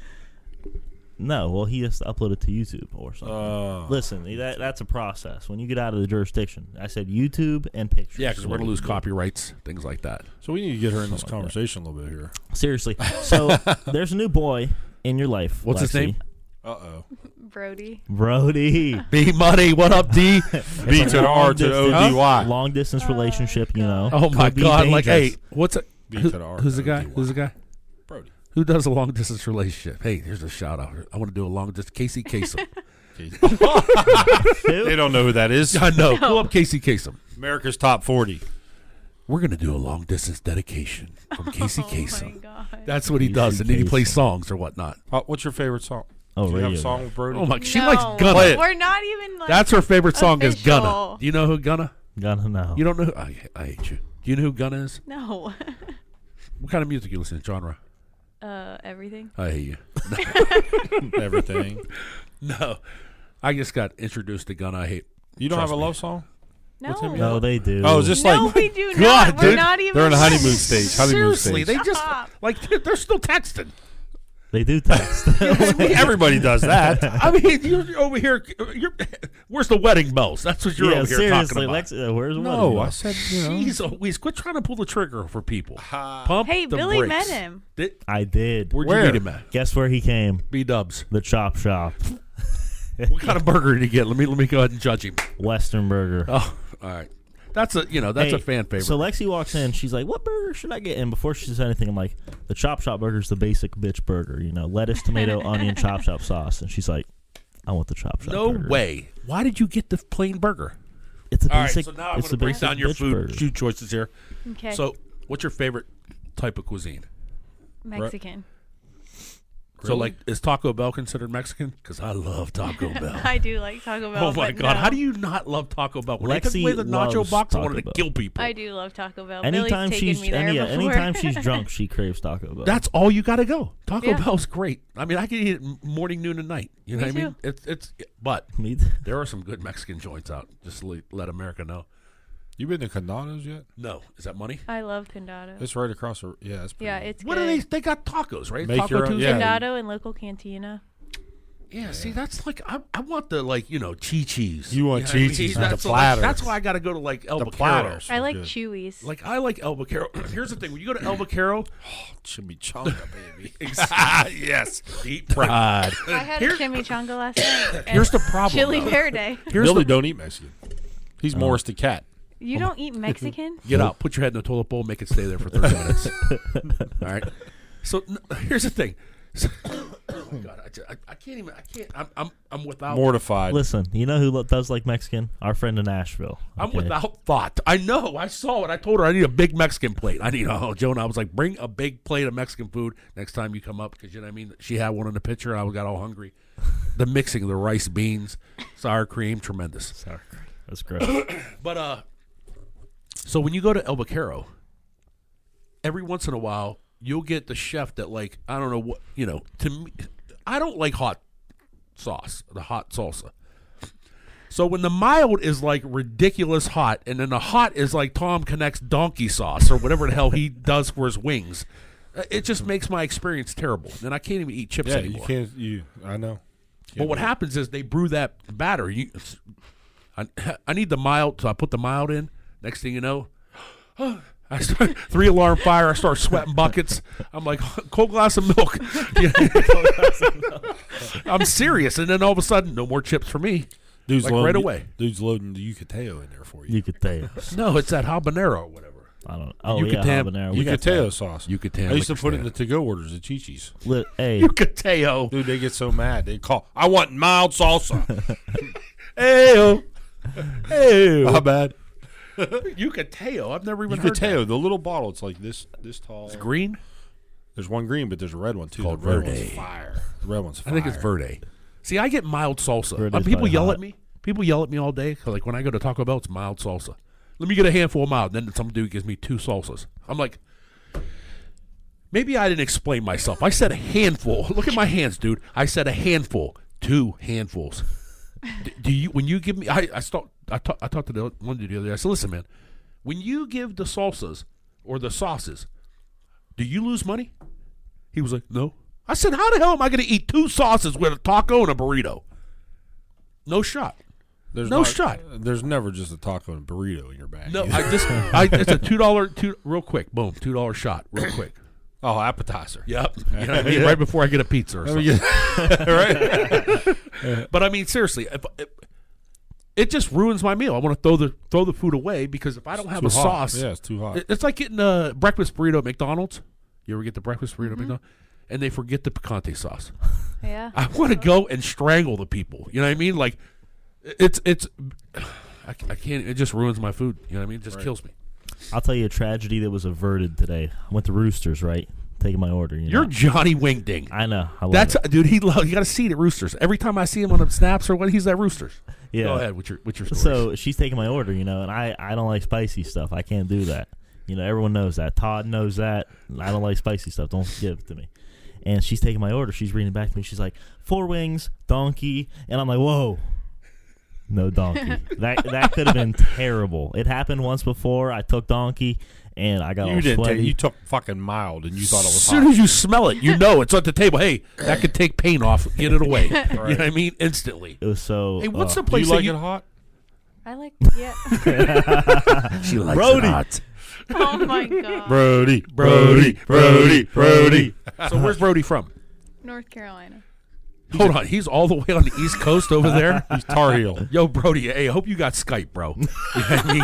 No, well, he has to upload it to YouTube or something. [laughs] Uh, Listen, that, that's a process. When you get out of the jurisdiction, I said YouTube and pictures. Yeah, because we're What gonna do lose you do? copyrights, things like that. so we need to get her in this Something like that. conversation a little bit here. Seriously. [laughs] So there's a new boy in your life. What's his Lexi. name? Uh oh. [laughs] Brody. Brody. B money, what up, D? B to the R to the O D Y. Long distance relationship, you know. [laughs] Oh my Could be God! Like, hey, dangerous. what's a, B who- to the R. who's the O guy? D Y. Who's the guy? Brody. Who does a long distance relationship? Hey, here's a shout out. I want to do a long distance. Casey [laughs] Kasem. Jeez. [laughs] they don't know who that is. [laughs] I know. Pull up Casey Kasem. America's top 40. We're gonna do a long distance dedication from Casey [laughs] Oh my Kasem. god. That's what he Casey does, and then he Kasem. plays songs or whatnot. Uh, what's your favorite song? Oh, Do you have a radio song guy. with Brody? Oh my! She No, likes Gunna. Play it. We're not even like That's her favorite song is Gunna. Official. Do you know who Gunna? Gotta know. You don't know? Who, I, I hate you. Do you know who Gunna is? no. [laughs] What kind of music you listen to? Genre? Uh, everything. I hate you. [laughs] Everything. No, I just got introduced to Gunna. I hate. You don't Trust have a me. love song? No. What's him- no, they do. Oh, is this no, like. we do God, not. We're dude. not even. They're in a honeymoon close. stage. Honeymoon Seriously, stage. they just Stop. like they're, they're still texting. [laughs] they do text. Everybody does that. I mean, you're you're over here. You're, [laughs] where's the wedding bells? That's what [laughs] you're yeah, over here seriously, talking about. Lex, uh, where's No, what? I said, you know. Jeez, always quit trying to pull the trigger for people. Ha. Pump Hey, the Billy brakes. met him. Did, I did. where'd Where? you meet him at? Guess where he came? B Dubs. The Chop Shop, [laughs] What kind of burger did he get? Let me let me go ahead and judge him. Western Burger. Oh, all right. That's a you know that's a Hey, fan favorite. So Lexi walks in, she's like, "What burger should I get?" And before she says anything, I'm like, "The Chop Shop burger's the basic bitch burger, you know, lettuce, [laughs] tomato, onion, Chop Shop sauce." And she's like, "I want the Chop Shop." no burger. way. Why did you get the plain burger? It's a All right, basic. so now I'm it's going to the break basic down your bitch food burger. food choices here. Okay. So, what's your favorite type of cuisine? Mexican. So, like, is Taco Bell considered Mexican? Because I love [laughs] Taco Bell. I do like Taco Bell. oh my but God! no. How do you not love Taco Bell? When I took Lexi away the nacho loves box, I Taco wanted to Bell. kill people. I do love Taco Bell. anytime Billy's taken she's me there any, yeah, before. [laughs] anytime she's drunk, she craves Taco Bell. That's all you got to go. Taco Yeah. Bell's great. I mean, I could eat it m- morning, noon, and night. You know Me what I mean? too. It's it's. [laughs] But me. there are some good Mexican joints out. Just to le- let America know. You been to Canados yet? No, is that money? I love Condado. It's right across the. Yeah, it's pretty yeah, it's What good. are they? They got tacos, right? Make Taco your own- Tuesday. yeah. Condado and local cantina. Yeah, see, that's like I, I want the like you know chi-chis. You want know what chi-chis, not the That's platter. Like, that's why I got to go to like El The Vaquero. platters. I like good. Chewies. Like I like El Vaquero. [clears throat] Here's the thing: when you go to El [laughs] Vaquero, chimichanga, baby. yes, deep fried. I had Here- a chimichanga last night. and Here's the problem. Chili though. Verde. Here's Billy the, Oh. don't eat Mexican. He's Morris the cat. You don't eat Mexican? get out, put your head in the toilet bowl, make it stay there for 30 minutes. All right. So n- here's the thing. So- [coughs] oh my god, I, ju- I, I can't even. I can't. I'm I'm, I'm without. Mortified. Listen, you know who lo- does like Mexican? Our friend in Nashville. I'm okay? without thought. I know. I saw it. I told her I need a big Mexican plate. I need. Oh, Jonah. I was like, bring a big plate of Mexican food next time you come up, because you know what I mean. She had one in the picture. and I got all hungry. The mixing of the rice, beans, sour cream, tremendous. Sour cream. That's gross. But uh, so when you go to El Vaquero, every once in a while you'll get the chef that like I don't know what you know. To me, I don't like hot sauce, the hot salsa. So when the mild is like ridiculous hot, and then the hot is like Tom connects donkey sauce or whatever the hell he does for his wings, uh, it just makes my experience terrible, and I can't even eat chips yeah, anymore. you can't. You, I know. But what happens is they brew that batter. You, I, I need the mild, so I put the mild in. Next thing you know, [gasps] I start [laughs] three alarm fire. I start sweating buckets. I'm like [laughs] cold glass of milk. [laughs] I'm serious. And then all of a sudden, no more chips for me. Dude's Like, loading, right away. Dude's loading the Yucateo in there for you. you could tell. No, it's that habanero, or whatever. I don't. Oh yeah, Yucatan- habanero. We got Yucateo sauce. Yucatan I used to liquor put it in the stand. to-go orders at Chi-Chi's. Li- hey, Yucateo. Dude, they get so mad. They call. I want mild salsa. Ayo. My Ayo. bad. Yucateo. I've never even heard that. Yucateo, the little bottle. It's like this this tall. It's green. There's one green, but there's a red one too. called the red Verde. one's fire. The red one's I fire. think it's verde. See, I get mild salsa. Verde's Uh, people probably yell hot. at me. People yell at me all day. 'cause, Like when I go to Taco Bell, it's mild salsa. Let me get a handful of mild. Then some dude gives me two salsas. I'm like, maybe I didn't explain myself. I said a handful. [laughs] Look at my hands, dude. I said a handful, two handfuls. D- Do you when you give me? I I talked I, ta- I talked to the one dude the other day. I said, listen, man, when you give the salsas or the sauces, do you lose money? He was like, no. I said, how the hell am I going to eat two sauces with a taco and a burrito? No shot. There's No not- shot. There's never just a taco and a burrito in your bag. No, either. I just, I, it's a two dollar, two real quick, boom, two dollar shot, [coughs] real quick. oh, appetizer. Yep, you know what I mean. Right before I get a pizza or something. But I mean, seriously, if, if, it just ruins my meal. I want to throw the throw the food away because if I don't have Too a hot. sauce, Yeah, it's too hot. it- it's like getting a breakfast burrito at McDonald's. You ever get the breakfast burrito Mm-hmm. at McDonald's, and they forget the picante sauce. Yeah. I want to go and strangle the people. You know what I mean? Like, it's it's. [sighs] I, I can't. It just ruins my food. You know what I mean? It just kills me. I'll tell you a tragedy that was averted today. I went to Roosters, right? Taking my order. You You're know? Johnny Wingding. I know. I love That's it. dude. He loves. You got to see it at Roosters. Every time I see him on the snaps or what, he's at Roosters. yeah. Go ahead. What's your what's your story? So she's taking my order, you know, and I, I don't like spicy stuff. I can't do that. You know, everyone knows that. Todd knows that. I don't like spicy stuff. Don't give it to me. And she's taking my order. She's reading it back to me. She's like, four wings, donkey. And I'm like, whoa. No [laughs] donkey. that that could have been terrible. It happened once before. I took donkey and I got all you didn't sweaty. take. You took fucking mild, and you thought it Oh, as was soon hot. as you smell it, you know it's on the table. Hey, that could take pain off. Get it away. You know what I mean? Instantly. it was so Hey, what's uh, the place Do you like that you it hot? I like yeah. She likes Brody. [laughs] Oh [laughs] my god. Brody, Brody, Brody, Brody. So where's Brody from? North Carolina. Hold on, he's all the way on the East Coast over there. [laughs] He's Tar Heel. Yo, Brody, hey, I hope you got Skype, bro. You know what [laughs] I mean?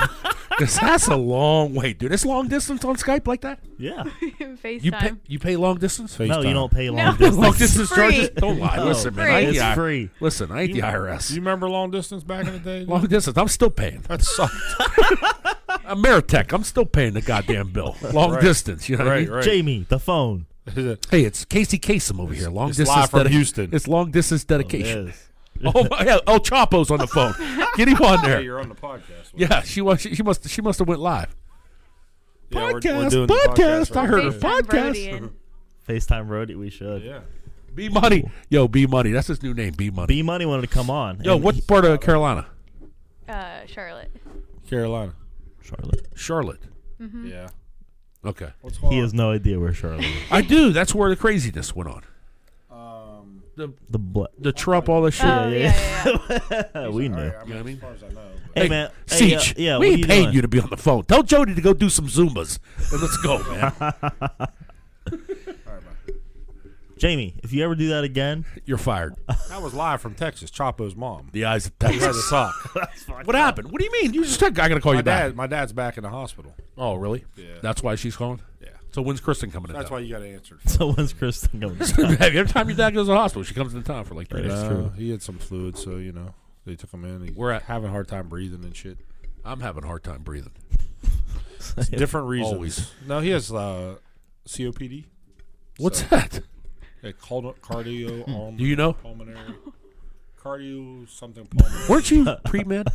'Cause that's a long way, dude. It's long distance on Skype like that. Yeah. [laughs] FaceTime. You pay, you pay long distance. No, you FaceTime. don't pay long No. distance. [laughs] Long distance free. charges. Don't lie. No, listen, man. I ain't It's the I- free. Listen, I ain't the IRS. Do you remember long distance back in the day? long distance. I'm still paying. that sucked. [laughs] Ameritech. I'm still paying the goddamn bill. Long distance. You know what I right, mean? right. Jamie, the phone. Hey, it's Casey Kasem over here. Long it's distance live from dedica- Houston. It's long distance dedication. Yes. [laughs] Oh, yeah, El Chapo's on the [laughs] phone. Get him on there. on the podcast. Yeah, she was. She, she must. She must have went live. Yeah, we're- podcast, we're doing the podcast, right I heard now. her. FaceTime podcast. Brody in. FaceTime Roadie, we should. Yeah. B Money, yo, B Money. That's his new name, B Money. B Money wanted to come on. Yo, and he- what part of Carolina? Uh, Charlotte. Carolina. Charlotte. Charlotte. Yeah. Okay, What's going He has no idea where Charlotte is. I do. That's where the craziness went on. Um, The The [laughs] bla- the Trump, all that shit. Oh, yeah, yeah, yeah. we knew. I You know what I mean? far as I know. but- Hey, man. Hey, uh, Siege, yeah, yeah, what we are ain't you paying doing? you to be on the phone. Tell Jody to go do some Zumbas. And let's go, man. All right, bye. Jamie, if you ever do that again, [laughs] You're fired. That was live from Texas. Chapo's mom. The eyes of Right at the Texas. [laughs] top. what happened? What do you mean? You just said I gotta call My you back. dad. My dad's back in the hospital. Oh, really? Yeah. That's why she's calling. Yeah. So when's Kristen coming in? That's town? why you got to answer. so when's [laughs] Kristen going to [laughs] Every time your dad goes to the hospital, she comes in town for like three days. Uh, true. He had some fluid, so you know they took him in. He We're at- having a hard time breathing and shit. I'm having a hard time breathing. Different reasons. Always. No, he has uh, COPD. What's So- that? Yeah, cardio, cardio Do you know? pulmonary, cardio something pulmonary. Weren't you pre med?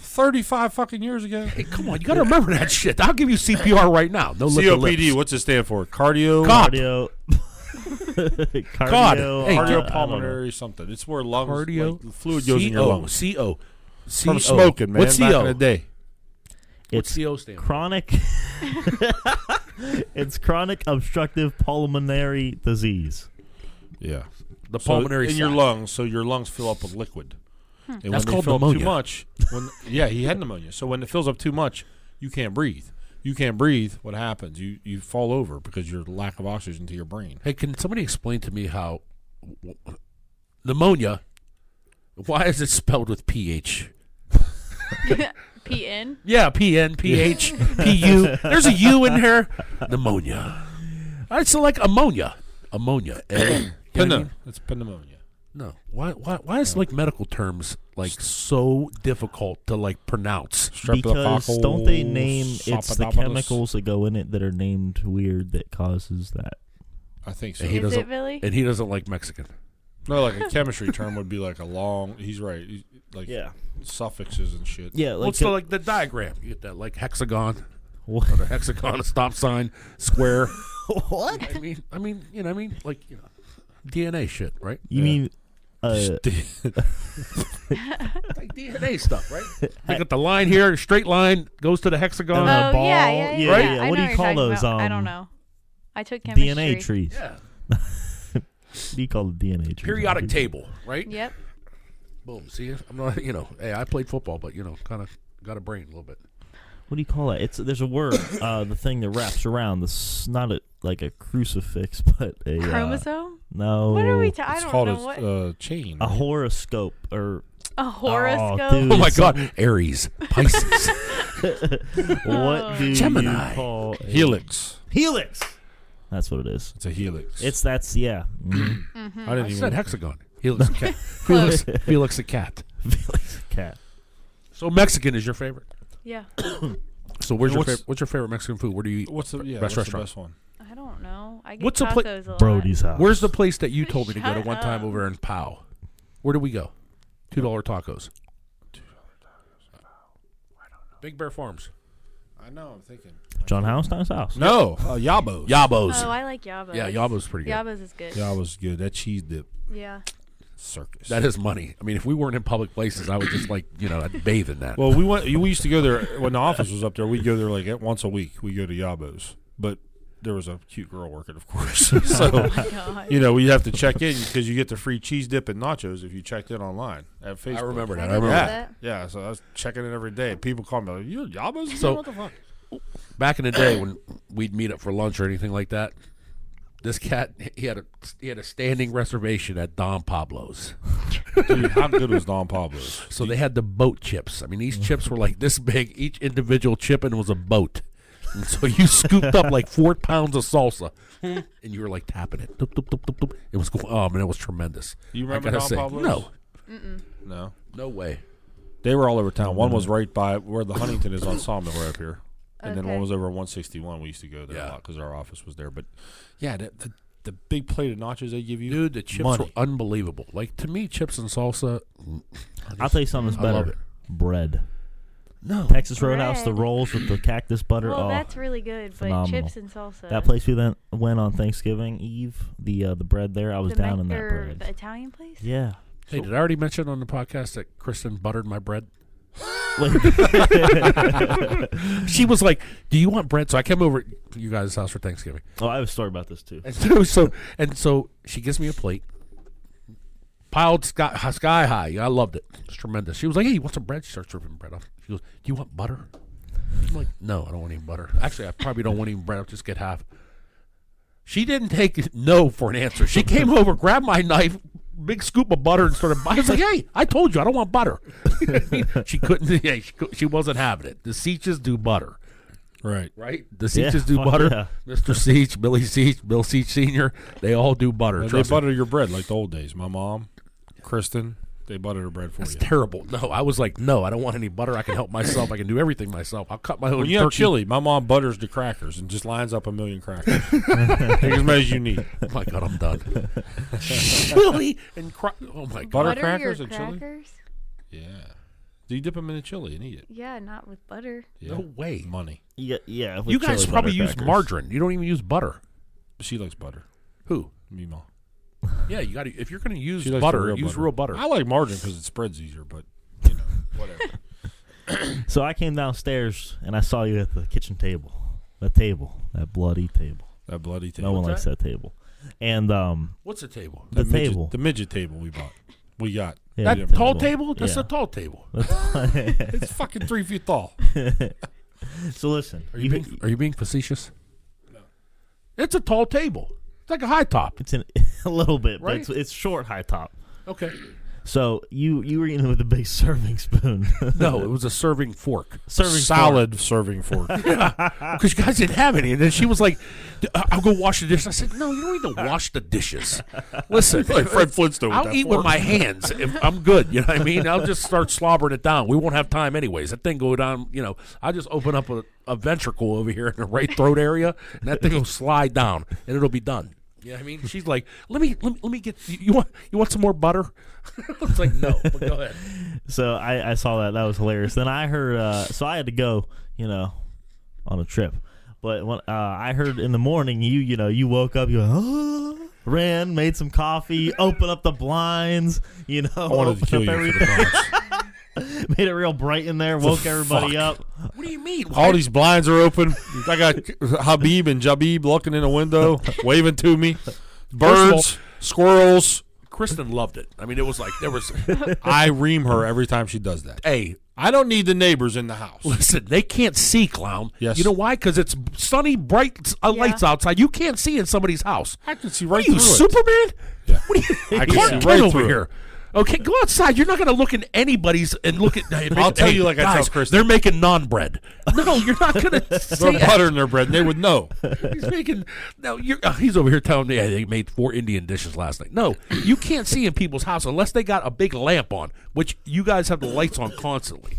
Thirty-five fucking years ago. hey, come on, you gotta remember that shit. I'll give you CPR right now. No lip to COPD. lips. What's it stand for? Cardio. God. cardio? [laughs] cardio. God. Hey, I- I don't Cardio know. pulmonary something. It's where lungs Cardio. like, fluid goes in your CO, lungs CO. from CO. smoking, man. What's back in CO? the day. What's It's CO stand? for? [laughs] chronic. [laughs] it's chronic obstructive pulmonary disease. Yeah. The So pulmonary in your sac. lungs, so your lungs fill up with liquid. And That's they called fill up pneumonia. Too much. [laughs] When, yeah, he had pneumonia. So when it fills up too much, you can't breathe. You can't breathe. What happens? You you fall over because your lack of oxygen to your brain. Hey, can somebody explain to me how w- w- pneumonia? Why is it spelled with ph? PN. Yeah, pn, ph, pu. There's a u in there. Pneumonia. All right, so like ammonia, ammonia. eh, you know what I Pneu- mean? It's pneumonia. No. Why? Why? Why is like medical terms like so difficult to like pronounce? Because don't they name it's the Streptococcus. chemicals that go in it that are named weird that causes that? I think so. He Is doesn't- it really? And he doesn't like Mexican. No, like a chemistry term would be like a long. He's right. He's, like suffixes and shit. yeah. Well, Like, it's the, like the diagram. You get that like hexagon, [laughs] What? or the hexagon, a stop sign, square. [laughs] what? I mean, I mean, you know, I mean, like you know, DNA shit, right? You mean [laughs] uh, Like DNA stuff, right? I got the line here, straight line goes to the And hexagon. oh, a ball, yeah, yeah, yeah, yeah. Right? yeah. yeah. I What do know you you're call talking those, about. I um, don't know. I took chemistry. DNA trees? yeah, What do you call the DNA trees? periodic table, right? Yep. Boom. See, I'm not, you know, hey, I played football, but you know, kind of got a brain a little bit. What do you call that? It's there's a [coughs] word. Uh, the thing that wraps around. This not a like a crucifix, [laughs] but a uh, Chromosome? No. What are we talking I It's don't called know a what. uh, chain. Oh, a right? horoscope or a horoscope? dude. Oh my It's so- God, Aries, [laughs] Pisces, Oh. what do Gemini. you call a- helix. helix? That's what it is. It's a helix. It's that's yeah. Mhm. [coughs] I didn't I even. said hexagon. Helix, a cat. Felix, Felix, a cat. Felix the cat. So Mexican is your favorite. Yeah. So where's And your what's- favorite? What's your favorite Mexican food? Where do you eat? What's the yeah? Best what's the restaurant. best one? I don't know. I get What's a tacos pla- a lot. Brody's house. Where's the place that you told me to go to Shut one time up. over in Pau? Where do we go? Two dollar tacos. Big Bear Farms. I know. I'm thinking. John Hallstein's house? No, uh, Yabos. Yabos. Oh, I like Yabos. yeah, Yabo's pretty good. Yabos is good. Yabos is good. That cheese dip [laughs] Yeah. [laughs] circus. That is money. I mean, if we weren't in public places, I would just like you know I'd bathe in that. well, we went. We used to go there when the office was up there. We'd go there like at once a week. We go to Yabos, but there was a cute girl working, of course. [laughs] so God. you know we have to check in because you get the free cheese dip and nachos if you checked in online at Facebook. I remember that. I I remember know Yeah, that. yeah. So I was checking in every day. People call me like, "You at Yabos? So- what the fuck?" back in the day when we'd meet up for lunch or anything like that. This cat, he had a he had a standing reservation at Don Pablo's. [laughs] Dude, how good was Don Pablo's? So they had the boat chips. I mean, these chips were like this big. Each individual chipping was a boat. And so you scooped up like four pounds of salsa, and you were like tapping it. Doop, doop, doop, doop, doop. It was going. Oh man, it was tremendous. You I remember gotta Don say, Pablo's? No, No, no way. they were all over town. One was right by where the Huntington is on Sawmill, right up here. and then one Okay. was over on 161. We used to go there a Yeah. lot because our office was there. But yeah, the, the, the big plate of nachos they give you, Dude, the chips Money. were unbelievable. Like to me, chips and salsa. mm, I I'll just- tell you something that's I love better. Bread. No, Texas Roadhouse, the Bread. rolls with the cactus butter. Well, oh, that's really good, but phenomenal. chips and salsa. that place we then went on Thanksgiving Eve, the uh, the bread there, I was the down in that or bread. The Italian place? yeah. hey, did I already mention on the podcast that Kristen buttered my bread? [laughs] She was like, "Do you want bread?" So I came over to you guys' house for Thanksgiving. [laughs] oh, I have a story about this too. [laughs] And so, so and so she gives me a plate. Piled sky, sky high. I loved it. It's tremendous. She was like, "Hey, you want some bread?" She starts ripping bread off. She goes, "Do you want butter?" I'm like, "No, I don't want any butter. Actually, I probably don't want any bread. I'll just get half." She didn't take no for an answer. She came over, grabbed my knife, big scoop of butter, and started. I was like, "Hey, I told you I don't want butter." [laughs] she couldn't. Yeah, she, cou- she wasn't having it. The Seaches do butter right? right? The Yeah, Seaches do fuck butter. yeah. Mr. Seach, Billy Seach, Bill Seach Senior, they all do butter. They trust me. butter your bread like the old days. My mom, Kristen, they butter her bread for That's you. terrible. No, I was like, no, I don't want any butter. I can help myself. I can do everything myself. I'll cut my own When you have turkey. chili, my mom butters the crackers and just lines up a million crackers. [laughs] Take as many as you need. Oh my God, I'm done. chili and cro- oh my God, Butter butter crackers your and chili? crackers? Yeah. Do you dip them in the chili and eat it? Yeah, not with butter. Yeah. no way. Money. Yeah, yeah. with You guys chili probably butter use crackers. margarine. You don't even use butter. She likes butter. Who? Me, mom. Yeah, you got to. If you're going to use She likes the butter, use real butter. I like margarine because it spreads easier, but you know, [laughs] whatever. So I came downstairs and I saw you at the kitchen table, that table, that bloody table. that bloody No table. one likes What's that table. And um, What's a table? the midget, table. The midget table we bought. We got. Yeah, that the tall table? That's Yeah. a tall table. [laughs] It's fucking three feet tall. So listen, Are you being, are you being facetious? No. It's a tall table. It's like a high [laughs] top. it's in, [laughs] a little bit, but Right? it's, it's short high top. Okay. So you you were eating with a big [laughs] serving spoon, [laughs] No, it was a serving fork serving fork. Solid serving fork. because you guys didn't have any. And then she was like, "D- I- "I'll go wash the dishes." I said, "No, you don't need to wash the dishes. Listen, like Fred Flintstone. I'll that eat fork. with my hands. If I'm good, you know what I mean. I'll just start slobbering it down. We won't have time anyways. That thing go down. You know, I just open up a, a ventricle over here in the right throat area, and that thing will slide down, and it'll be done. You know what I mean? She's like, "Let me, let me, let me get you, you want you want some more butter." [laughs] it's like, "No, but go ahead." So I, I saw that. That was hilarious. Then I heard. Uh, so I had to go, you know, on a trip. But when uh, I heard in the morning, you you know you woke up, you went, "Ah," ran, made some coffee, opened up the blinds, you know, I wanted to opened kill up you. every- For the blinds. made it real bright in there, woke everybody up. What do you mean? All these blinds are open. I got Habib and Jabib looking in [laughs] a window, waving to me. of all- Birds, squirrels. Kristen loved it. I mean, it was like there was, I ream her every time she does that. hey, I don't need the neighbors in the house. listen, they can't see, clown. Yes. You know why? Because it's sunny, bright uh, Yeah. lights outside. You can't see in somebody's house. [laughs] I can see What right are you, through it. Superman? What are you, I can Clark see Kent right over through it. here? Okay, go outside. You're not going to look in anybody's and [laughs] look at. Hey, I'll tell you like I tell guys, Kristen. They're making non bread. No, you're not [laughs] going to see Throw it. butter in their bread, and they would [laughs] know. He's making no. You're, uh, he's over here telling me "Hey, they made four Indian dishes last night. No, you can't see in people's house unless they got a big lamp on, which you guys have the lights on constantly.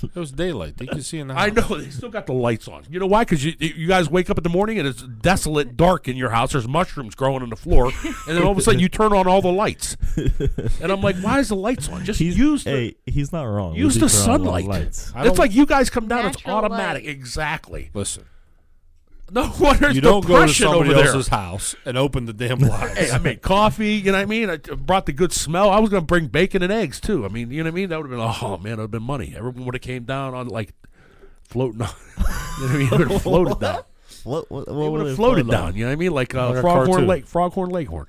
It was daylight. They could see in the house. I know they still got the lights on. You know why? Because you you guys wake up in the morning and it's desolate, dark in your house. There's mushrooms growing on the floor, and then all of a sudden you turn on all the lights, and I'm like, why is the lights on? Just He's use the, hey, he's not wrong. We use do the turn on a lot of sunlight. lights. I don't- It's like you guys come down. it's Natural light. automatic. Exactly. Listen, No [laughs] wonder you don't go to depression somebody over there. else's house and open the damn blinds. [laughs] Hey, I made coffee. You know what I mean? I t- brought the good smell. I was going to bring bacon and eggs too. I mean, you know what I mean? That would have been oh man, that would have been money. Everyone would have came down on like floating on. [laughs] you know what I mean? It would have floated down. What what, It what would they have floated float on? down. You know what I mean? Like, uh, Like a Froghorn cartoon. Lake, Froghorn Leghorn.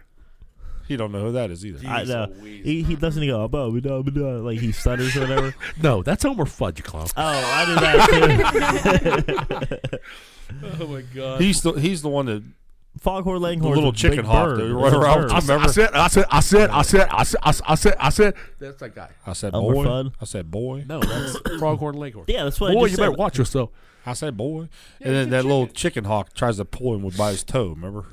he don't know who that is either. I know. He, he doesn't go "Oh, we know, we know," like he stutters or whatever. No, that's Elmer Fudge, you clown. oh, I did [laughs] that too. Oh my god. He's the he's the one that Foghorn Leghorn, little chicken hawk, dude. Right around with I some- said, I said, I said, I said, I said, I said, I said, I said, I said, that's that guy. I said Elmer boy. Fudd. I said boy. No, [coughs] that's Froghorn Leghorn. Yeah, that's what I Boy, just you said. better watch yourself. I said boy. and then that little chicken hawk tries to pull him with by his toe. Remember?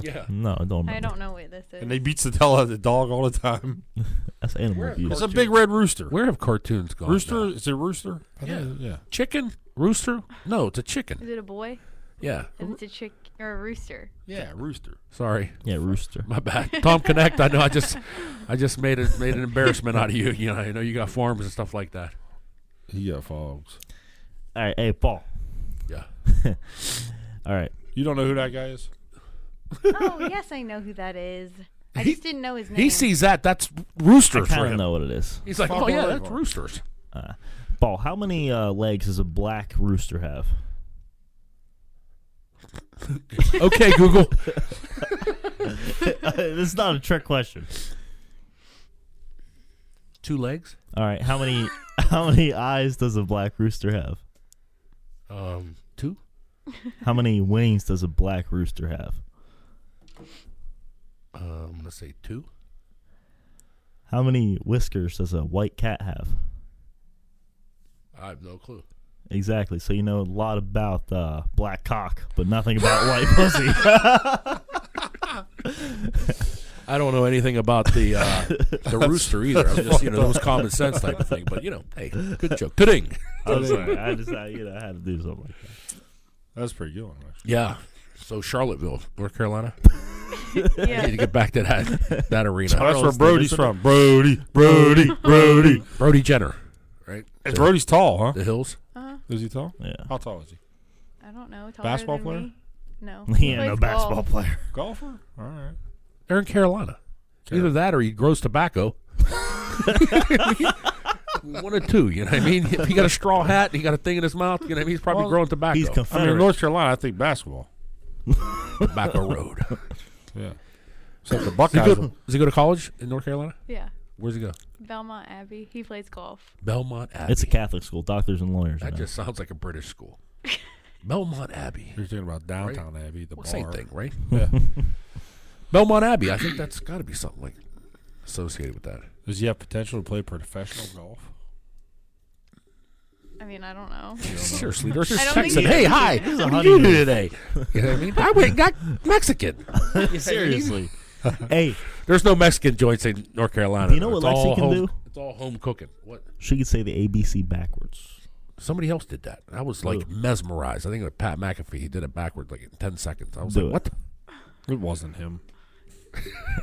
Yeah. No, I don't. I Remember. don't know what this is. And he beats the hell out of the dog all the time. [laughs] That's animal We're a abuse. It's a big red rooster. Where have cartoons gone? Rooster? now? Is it rooster? I Oh, Yeah. think- yeah. chicken. Rooster? No, it's a chicken. Is it a boy? Yeah. If it's a chick or [laughs] a rooster. Yeah, rooster. Sorry. Yeah, Rooster. My bad. Tom Connect, I know I just I just made it made an embarrassment out of you. You know, I know you got forms and stuff like that. He got fogs. All right, hey Paul. Yeah. [laughs] All right, You don't know who that guy is? oh yes, I know who that is. I just didn't know his name. He sees that, that's I rooster for kind of him. know what it is. Uh, He's like, Fuck Oh yeah, all that's over. roosters. Paul, how many uh, legs does a black rooster have? [laughs] Okay, Google. this is not a trick question. Two legs? All right, how many [laughs] how many eyes does a black rooster have? Um two? How many wings does a black rooster have? Um let's say two. How many whiskers does a white cat have? I have no clue. Exactly. So you know a lot about uh, black cock, but nothing about white [laughs] pussy. I don't know anything about the [laughs] uh, the rooster either. I'm just you know those common sense type of thing. But you know, hey, good joke. Pudding. I'm sorry. I just I, you know I had to do something like that. That's pretty good one. Actually. Yeah. So Charlottesville, North [laughs] Carolina. Need [laughs] Yeah. to get back to that that arena. Oh, That's where Charleston, Brody's isn't from. Brody, Brody, Brody. Brody Jenner, right? And Brody's tall, huh? The Hills. Is he tall? Yeah. How tall is he? I don't know. taller Basketball than player? me. No. He Plays ain't no golf. basketball player. Golfer? All right. They're in Carolina. Either that or he grows tobacco. [laughs] One or two, you know what I mean? If he got a straw hat and he got a thing in his mouth, you know what I mean? He's probably Well, growing tobacco. He's I Confederate. mean, North Carolina, I think basketball. tobacco [laughs] road. Yeah. Except Does the he, Buckeyes. go, does he go to college in North Carolina? Yeah. Where's he go? Belmont Abbey. He plays golf. Belmont Abbey. It's a Catholic school. Doctors and lawyers. you That know. just sounds like a British [laughs] school. Belmont Abbey. You're thinking about downtown Abbey, the Well, bar. same thing, [laughs] right? Yeah. Belmont Abbey. I think that's got to be something like associated with that. Does he have potential to play professional golf? I mean, I don't know. Seriously, they're just I don't think texting. he- Hey, hi. He's a What do you do honeymoon. today? You know what I mean? [laughs] I went and got Mexican. Seriously. hey, There's no Mexican joints in North Carolina. Do you know though. what It's all Lexi can home- do? It's all home cooking. What? she could say the ABC backwards. Somebody else did that. I was like Who? mesmerized. I think it was Pat McAfee. He did it backwards, like in ten seconds. I was Do like, it. "What? It wasn't him.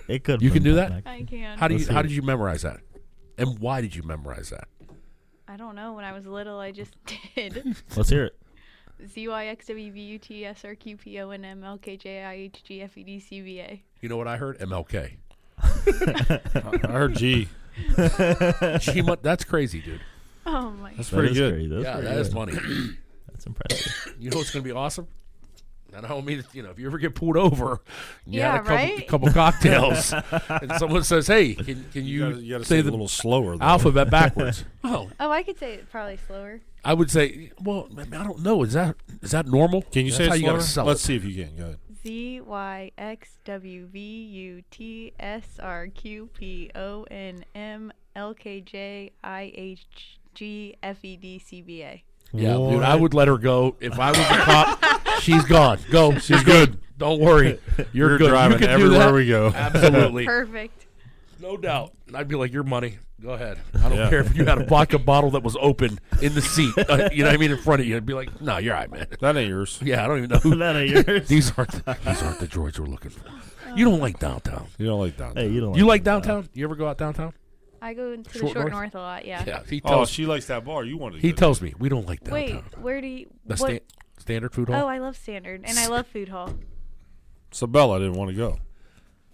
It could. You have can been do Pat that? Mc- I can. How do you? Let's see How it. did you memorize that? And why did you memorize that? I don't know. When I was little, I just [laughs] [laughs] did. Let's hear it. Z Y X W V U T S R Q P O N M L K J I H G F E D C V A. You know what I heard? MLK. I I heard G. Gee, mu- that's crazy, dude. Oh my. That's That pretty is good. great. That's yeah, pretty that is good. money. That's impressive. [laughs] You know what's going to be awesome? And I don't mean, you know, if you ever get pulled over, and you Yeah, had a couple, right? couple cocktails, and someone says, "Hey, can, can you, You, gotta, you gotta say, say it the a little slower. Though. alphabet [laughs] backwards?" oh, Oh, I could say it probably slower. I would say, well, I, mean, I don't know. Is that is that normal? Can you That's say how it you gotta slower? sell Let's it. see if you can. Go ahead. Z Y X W V U T S R Q P O N M L K J I H G F E D C B A. Yeah, dude, I would let her go if I was a cop. she's gone. Go. She's good. Don't [laughs] worry. You're, You're good. driving you can do everywhere that. we go. [laughs] Absolutely, Perfect. no doubt. And I'd be like, "Your money. Go ahead. I don't Yeah. care if you had a vodka bottle that was open in the seat. Uh, you know what I mean? In front of you, I'd be like, "No, you're all right, man. [laughs] That ain't yours. Yeah, I don't even [laughs] know who that ain't yours. [laughs] these aren't. The, these aren't the droids we're looking for. You don't like downtown. You don't like downtown. Hey, you don't. You like downtown? You ever go out downtown? I go into Short the North? short north, a lot. Yeah. Yeah. He oh, tells. she likes that bar. You wanted to he go tells me we don't like downtown. Wait, where do you? The What? sta- standard food hall? oh, I love standard, and I love food hall. to- So Bella didn't want to go.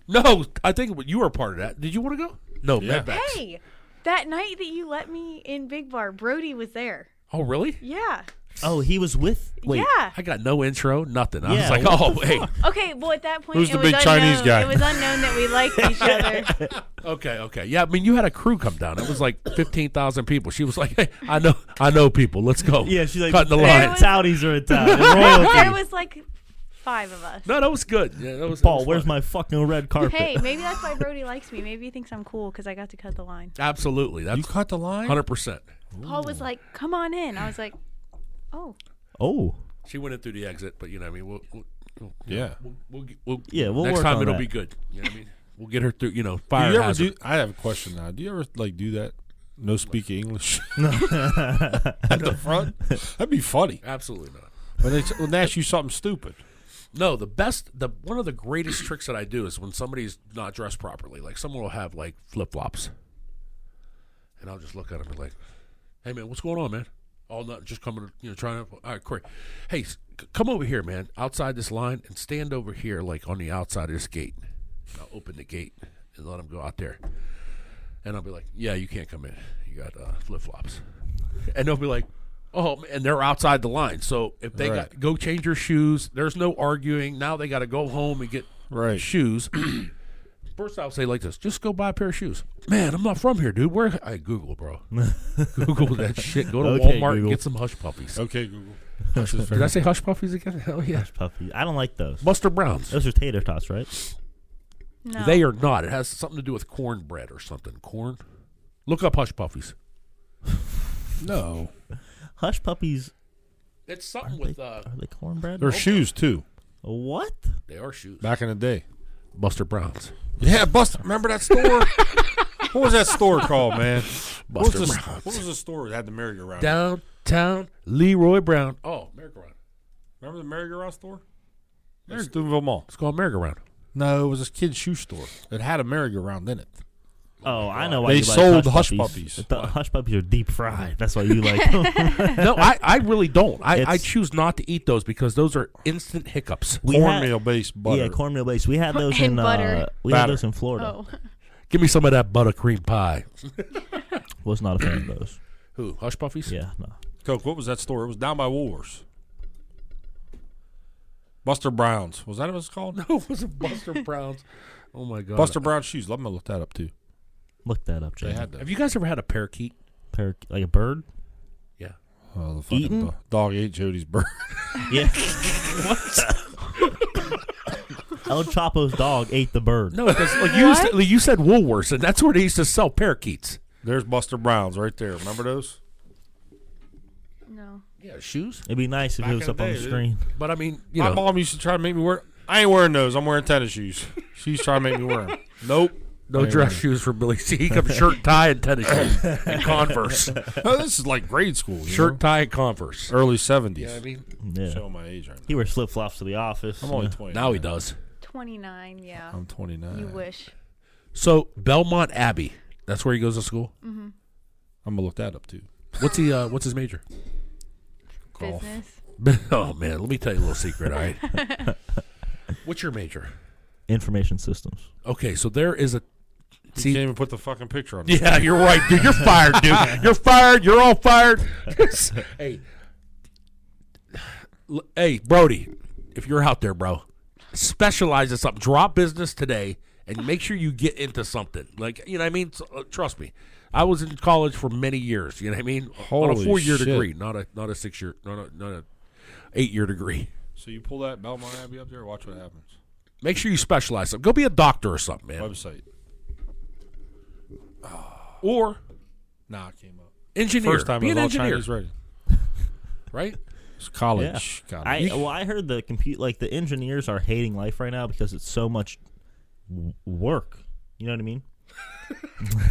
no, I think you were a part of that. Did you want to go? No, Yeah. Medvax. Hey, that night that you let me in Big Bar, Brody was there. Oh, really? Yeah. Oh, he was with. Wait, Yeah. I got no intro, nothing. I Yeah, was like, what oh, hey. Okay, well at that point Who's it the was big unknown. Chinese guy? It was unknown that we liked each other. Okay, okay. Yeah, I mean, you had a crew come down. It was like 15,000 people. She was like, hey, I know, I know people. Let's go. Yeah, she's like Cutting the "Hey, line. the Saudis are in town. there Royalty. was like five of us. [laughs] No, that was good. Yeah, that was, Paul, that was where's fun. my fucking red carpet? Hey, maybe that's why Brody likes me. Maybe he thinks I'm cool because I got to cut the line. Absolutely. You That's caught the line. 100%. Paul was like, "Come on in." I was like, "Oh, Oh, She went in through the exit, but, you know, what I mean, we'll, we'll, we'll, Yeah. we'll, we'll, get- we'll Yeah, we'll next work time on it'll that. be good. You know what I mean? We'll get her through, you know, Do fire you ever hazard. do? I have a question now. Do you ever like do that No speak English No. [laughs] at the front. That'd be funny. Absolutely not. When they, when they ask you something stupid. No, the best, the one of the greatest tricks that I do is when somebody's not dressed properly. Like someone will have like flip flops, and I'll just look at them and like, "Hey man, what's going on, man? All not just coming, to- you know, trying to. All right, Corey, hey, s- c- come over here, man, outside this line, and stand over here, like on the outside of this gate. And I'll open the gate and let them go out there, and I'll be like, "Yeah, you can't come in. You got uh, flip flops," and they'll be like. Oh, and they're outside the line. So if they Right. got go change your shoes, there's no arguing. Now they got to go home and get Right. [clears throat] shoes. First, I'll say like this: just go buy a pair of shoes. Man, I'm not from here, dude. Where I Google, [laughs] bro. Google that shit. Go to Okay, Walmart and Google. get some hush puppies. Okay, Google. Did I say hush puppies again? Hell yeah, Puffy. I don't like those. Buster Browns. Those are tater tots, right? No. They are not. It has something to do with cornbread or something. Corn. Look up hush puppies. No. Hush puppies. It's something Aren't with they, uh, are they cornbread? Their shoes, too, what? they are shoes. back in the day. Buster Browns. Yeah, Buster. Remember that store? [laughs] what was that store called, man? What Buster was, the, Browns. what was the store that had the merry-go-round? Downtown Leroy Brown. Oh, merry-go-round. Remember the merry-go-round store? At Steubenville Mall. It's called merry-go-round. No, it was a kid's shoe store. It had a merry-go-round in it. Oh, I know why They you like sold hush hush puppies. puppies. I thought hush puppies are deep fried. That's why [laughs] you like them. [laughs] no, I, I really don't. I, I It's- choose not to eat those because those are instant hiccups. We had- Cornmeal-based butter. Yeah, cornmeal base. We had those And in uh, butter. we had Batter. those in Florida. Oh. Give me some of that buttercream pie. Was not a fan of those. Who? Hush Puffies? Yeah, no. Coke, what was that store? It was down by Woolworths. Buster Brown's. Was that what it's called? No, it was a Buster Browns. Oh my god. Buster Brown shoes. Let me look that up too. Look that up, Jay. They had that. Have you guys ever had a parakeet? Par- like a bird? Yeah. Oh, the Eaten? fucking do- dog ate Jody's bird. [laughs] Yeah. [laughs] what? El Chapo's dog ate the bird. No, because like you used to- like, you said Woolworths, and that's where they used to sell parakeets. [laughs] There's Buster Brown's right there. Remember those? No. Yeah, shoes. It'd be nice if Back it was in up the on the day, dude. screen. But I mean, you My know, mom used to try to make me wear. I ain't wearing those. I'm wearing tennis shoes. She's trying to make me wear them. Nope. no dress shoes for Billy C. He comes shirt, tie, and tennis shoes and [laughs] Converse. [laughs] Oh, this is like grade school. you Shirt, tie, and Converse. know? Early 70s. You know what I mean, Yeah. Showing my age right now. He wears flip flops to the office. I'm only Yeah. 20. now he does. 29, yeah. I'm 29. you wish. So Belmont Abbey. That's where he goes to school. I'm going to look that up too. What's he? Uh, what's his major? [laughs] Golf. Business. oh man, let me tell you a little secret. All right. [laughs] What's your major? information systems. Okay, so there is a. You See, can't even put the fucking picture on [laughs] it. yeah, you're right, dude. You're fired, [laughs] dude. You're fired. You're all fired. [laughs] hey, L- hey, Brody, if you're out there, bro, specialize in something. Drop business today and make sure you get into something. Like you know, what I mean, So, uh, trust me. I was in college for many years. You know what I mean? on a Holy four year shit. degree, not a not a six year, not a not a eight year degree. So you pull that Belmont Abbey up there, watch what happens. Make sure you specialize something. Go be a doctor or something, man. Website. Or Nah, it came up. engineer. First time be it an was all engineer, Chinese writing. right? It's Yeah. college. God, I uh, you- well, I heard the compute like the engineers are hating life right now because it's so much w- work. You know what I mean?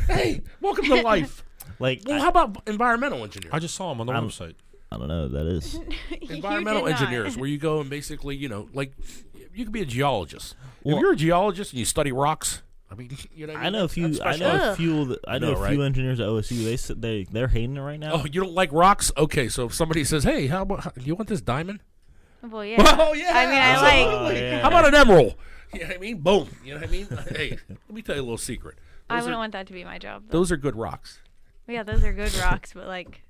hey, welcome to [laughs] life. Like Well, I, how about environmental engineer? I just saw him on the I'm- website. I don't know what that is. You environmental did not. engineers, where you go and basically, you know, like you could be a geologist. Well- if you're a geologist and you study rocks, I mean, [laughs] you know, what I know a That's- few. that's I know specialized. a few. that- I know No, a few right? engineers at OSU. They said they they're hating it right now. Oh, you don't like rocks? Okay, so if somebody says, "Hey, how about how, you want this diamond?" Well, yeah. Oh yeah, I mean, I like. Oh, yeah. How about an emerald? You know what I mean? Boom. You know what I mean? [laughs] hey, let me tell you a little secret. I Those wouldn't are- want that to be my job. Though. Those are good rocks. yeah, those are good rocks, but like,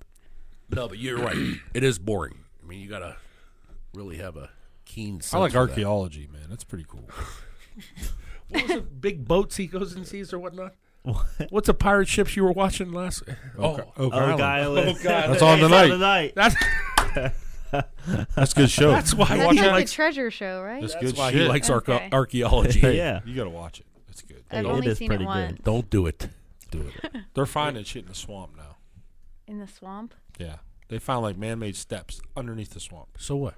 No, but you're right. It is boring. I mean, you gotta really have a keen. Sense I like for that. archaeology, man. That's pretty cool. What was it? Big boats he goes and sees or whatnot. [laughs] What's the pirate ships you were watching [laughs] last? Oh, Oak Oh, Island. guileless. Oh, God. That's on It's tonight. that's That's good show. that's why that's he like likes. a treasure show, right? That's That's good why shit. he likes arch- Okay. archaeology. Yeah. you got to watch it. It's good. I've It only is seen pretty it good. once Don't do it. Do [laughs] it. They're finding shit in the swamp now. in the swamp. Yeah. They found like man-made steps underneath the swamp. So what?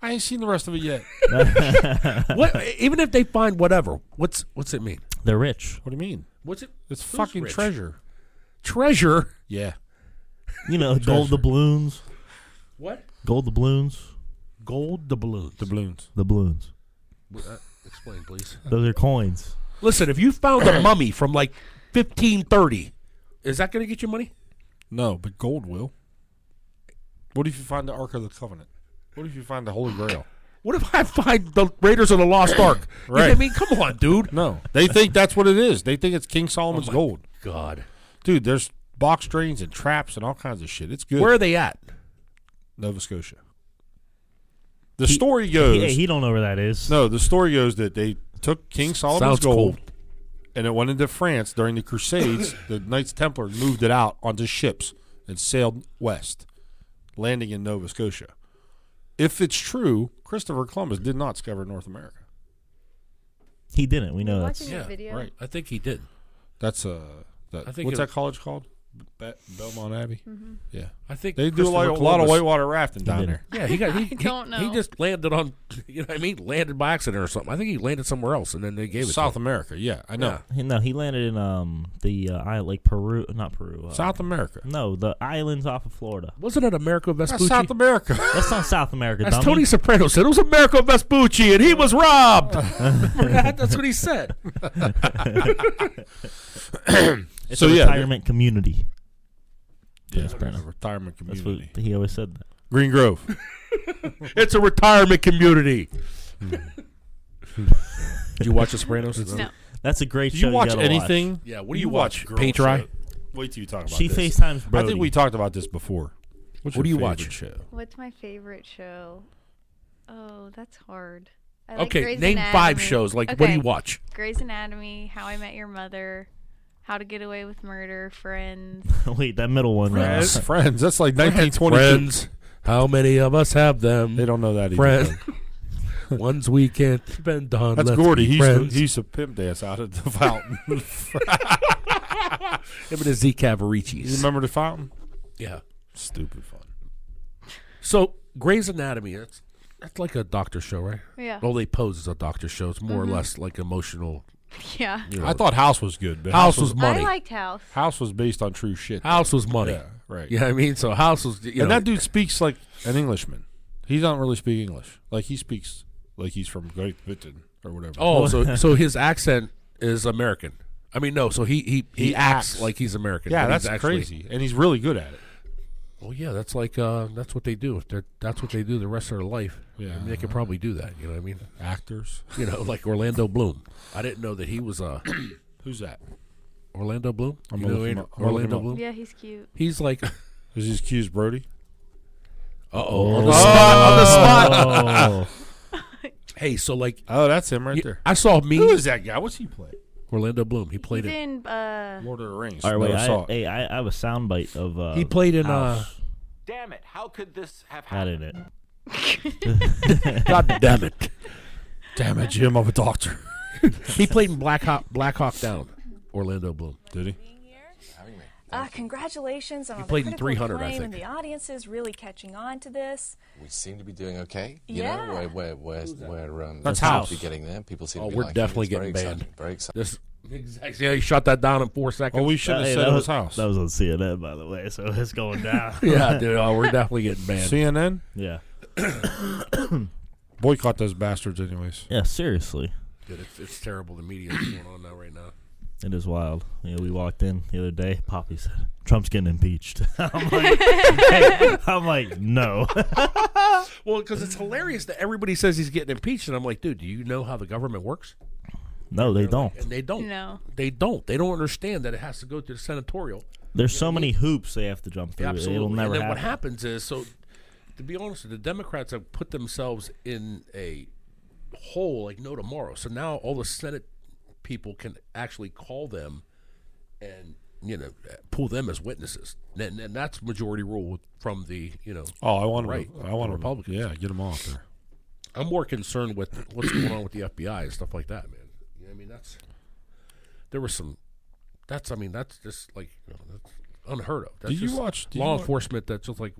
I ain't seen the rest of it yet. Hmm. what, even if they find whatever, what's what's it mean? They're rich. what do you mean? What's it? It's Who's fucking rich? treasure. Treasure. Yeah. You know, gold doubloons, What? gold doubloons, Gold doubloons. Doubloons. doubloons. Uh, explain, please. Those are coins. Listen, if you found [clears throat] a mummy from like 1530, is that going to get you money? No, but gold will. What if you find the Ark of the Covenant? What if you find the Holy Grail? What if I find the Raiders of the Lost Ark? You know what I Right. mean, come on, dude. No, they think that's what it is. They think it's King Oh Solomon's gold, God, dude. There's box drains and traps and all kinds of shit. It's good. where are they at? Nova Scotia. The story goes. Yeah, he don't know where that is. no, the story goes that they took King Sounds Solomon's gold cool. and it went into France during [coughs] the Crusades. the Knights Templar moved it out onto ships and sailed west, landing in Nova Scotia. If it's true, Christopher Columbus did not discover North America. He didn't. We know that's Watching yeah, the video. right. I think he did. That's uh, that, I think what's it- Mm-hmm. that college called? Be- Belmont Abbey. Yeah, I think they do like a lot of white. whitewater rafting down did. there. Yeah, [laughs] he got. He, he- don't He know. just landed on. You know what I mean? Landed by accident or something. I think he landed somewhere else, and then they gave it South To him. America. Yeah, I know. He- No, he landed in um the uh, island like Peru, not Peru. Uh, South America. No, the islands off of Florida. Wasn't it Americo That's Vespucci? South America. That's not South America. That's dummy. Tony Soprano said it was Americo Vespucci, and he was robbed. Remember that? That's what he [laughs] said. It's So, a yeah, retirement community. yeah, Soprano. a retirement That's community. what he always said. That. Green Grove. [laughs] It's a retirement community. Did you watch The Sopranos? No. That's a great Do show. you watch gotta anything? Yeah, what do you watch? girl Page Eye? show? Wait till you talk about She this. FaceTimes Brody. I think we [laughs] talked about this before. What's What do your you watch? favorite Show? What's my favorite show? Oh, that's hard. I like Okay, Grey's name Anatomy. five shows. Like, what do Okay, you watch? Grey's Anatomy, How I Met Your Mother, How to Get Away with Murder, Friends. Wait, that middle one. uh, Friends. Friends. That's like 1920. Friends. How many of us have They them? don't know that either. Friends. though. [laughs] Ones we can't depend on. That's Let's Gordy. be He used, friends. to, he used to pimp dance out at the fountain. him and the Z you Cavariccis. remember the fountain? Yeah. Stupid fun. So Grey's Anatomy. That's that's like a doctor show, right? Yeah. Well, they pose as a doctor show. It's more or less like emotional. [laughs] Yeah. You know, I thought House was good. But House was money. I liked House. House was based on true shit. House was money. Yeah, right. You know what I mean? So House was. You know, and that dude speaks like an Englishman. He doesn't really speak English. Like he speaks like he's from Great Britain or whatever. Oh, so so his accent is American. I mean, no. So he he, he, He acts, acts. like he's American. yeah, but he's that's actually- crazy. And he's really good at it. Well, yeah, that's like uh, that's what they do. They're, that's what they do the rest of their life. Yeah. I mean, they could probably do that. You know what I mean? Actors. You know, like Orlando Bloom. I didn't know that he was uh, Who's that? Orlando Bloom. I'm you gonna know look him Andrew- up. I'm gonna look Orlando him up. Bloom. Yeah, he's cute. He's like, uh Is this Q's Brody? oh, on the spot. Oh, [laughs] [laughs] Oh, Hey, so like, oh, that's him right y- there. I saw me Who is that guy? What's he play? Orlando Bloom. He played he's it. in uh, Lord of the Rings. all right, wait. Never saw I, it. hey, I, I have a soundbite of. Uh, He played in uh, House. Damn it, how could this have That happened? in it. [laughs] God damn it. Damn it, Jim! I'm [laughs] a doctor. He played in Black Hawk Black Hawk Down. Orlando Bloom. Did he? Uh, congratulations on all played the in critical 300, I acclaim think. and the audience is really catching on to this. We seem to be doing okay. You Yeah. know, we're, we're, we're, we're um, That's seem to House. Be getting there. People seem Oh, to be we're liking it. definitely It's very getting banned. exciting, Very exciting. This exactly. Yeah, he shot that down in four seconds. Well, we should have Hey, said it was was House. That was on CNN, by the way. So [laughs] it's going down. [laughs] yeah, dude. Oh, we're definitely getting banned. CNN yeah. boycott those bastards, anyways. Yeah. Seriously, Dude, it's, it's terrible. The media is going on now right now. it is wild. You know, we walked in the other day. Poppy said, "Trump's getting impeached." [laughs] I'm like, [laughs] hey, I'm like, no. [laughs] Well, because it's hilarious that everybody says he's getting impeached, and I'm like, dude, do you know how the government works? No, they don't. And they don't. No. They don't. They don't understand that it has to go through the senatorial. There's so many hoops they have to jump through. Absolutely. It'll never and then happen. what happens is, so to be honest, the Democrats have put themselves in a hole like no tomorrow. So now all the Senate people can actually call them and you know pull them as witnesses, and, and that's majority rule from the you know. Oh, I want Right. to. I want The to. Republicans. Yeah, get them off there. I'm more concerned with what's going on with the FBI and stuff like that, man. You know what I mean, that's there was some. That's I mean that's just like you know, that's unheard of. That's Did you just watch- did you law watch- enforcement? That's just like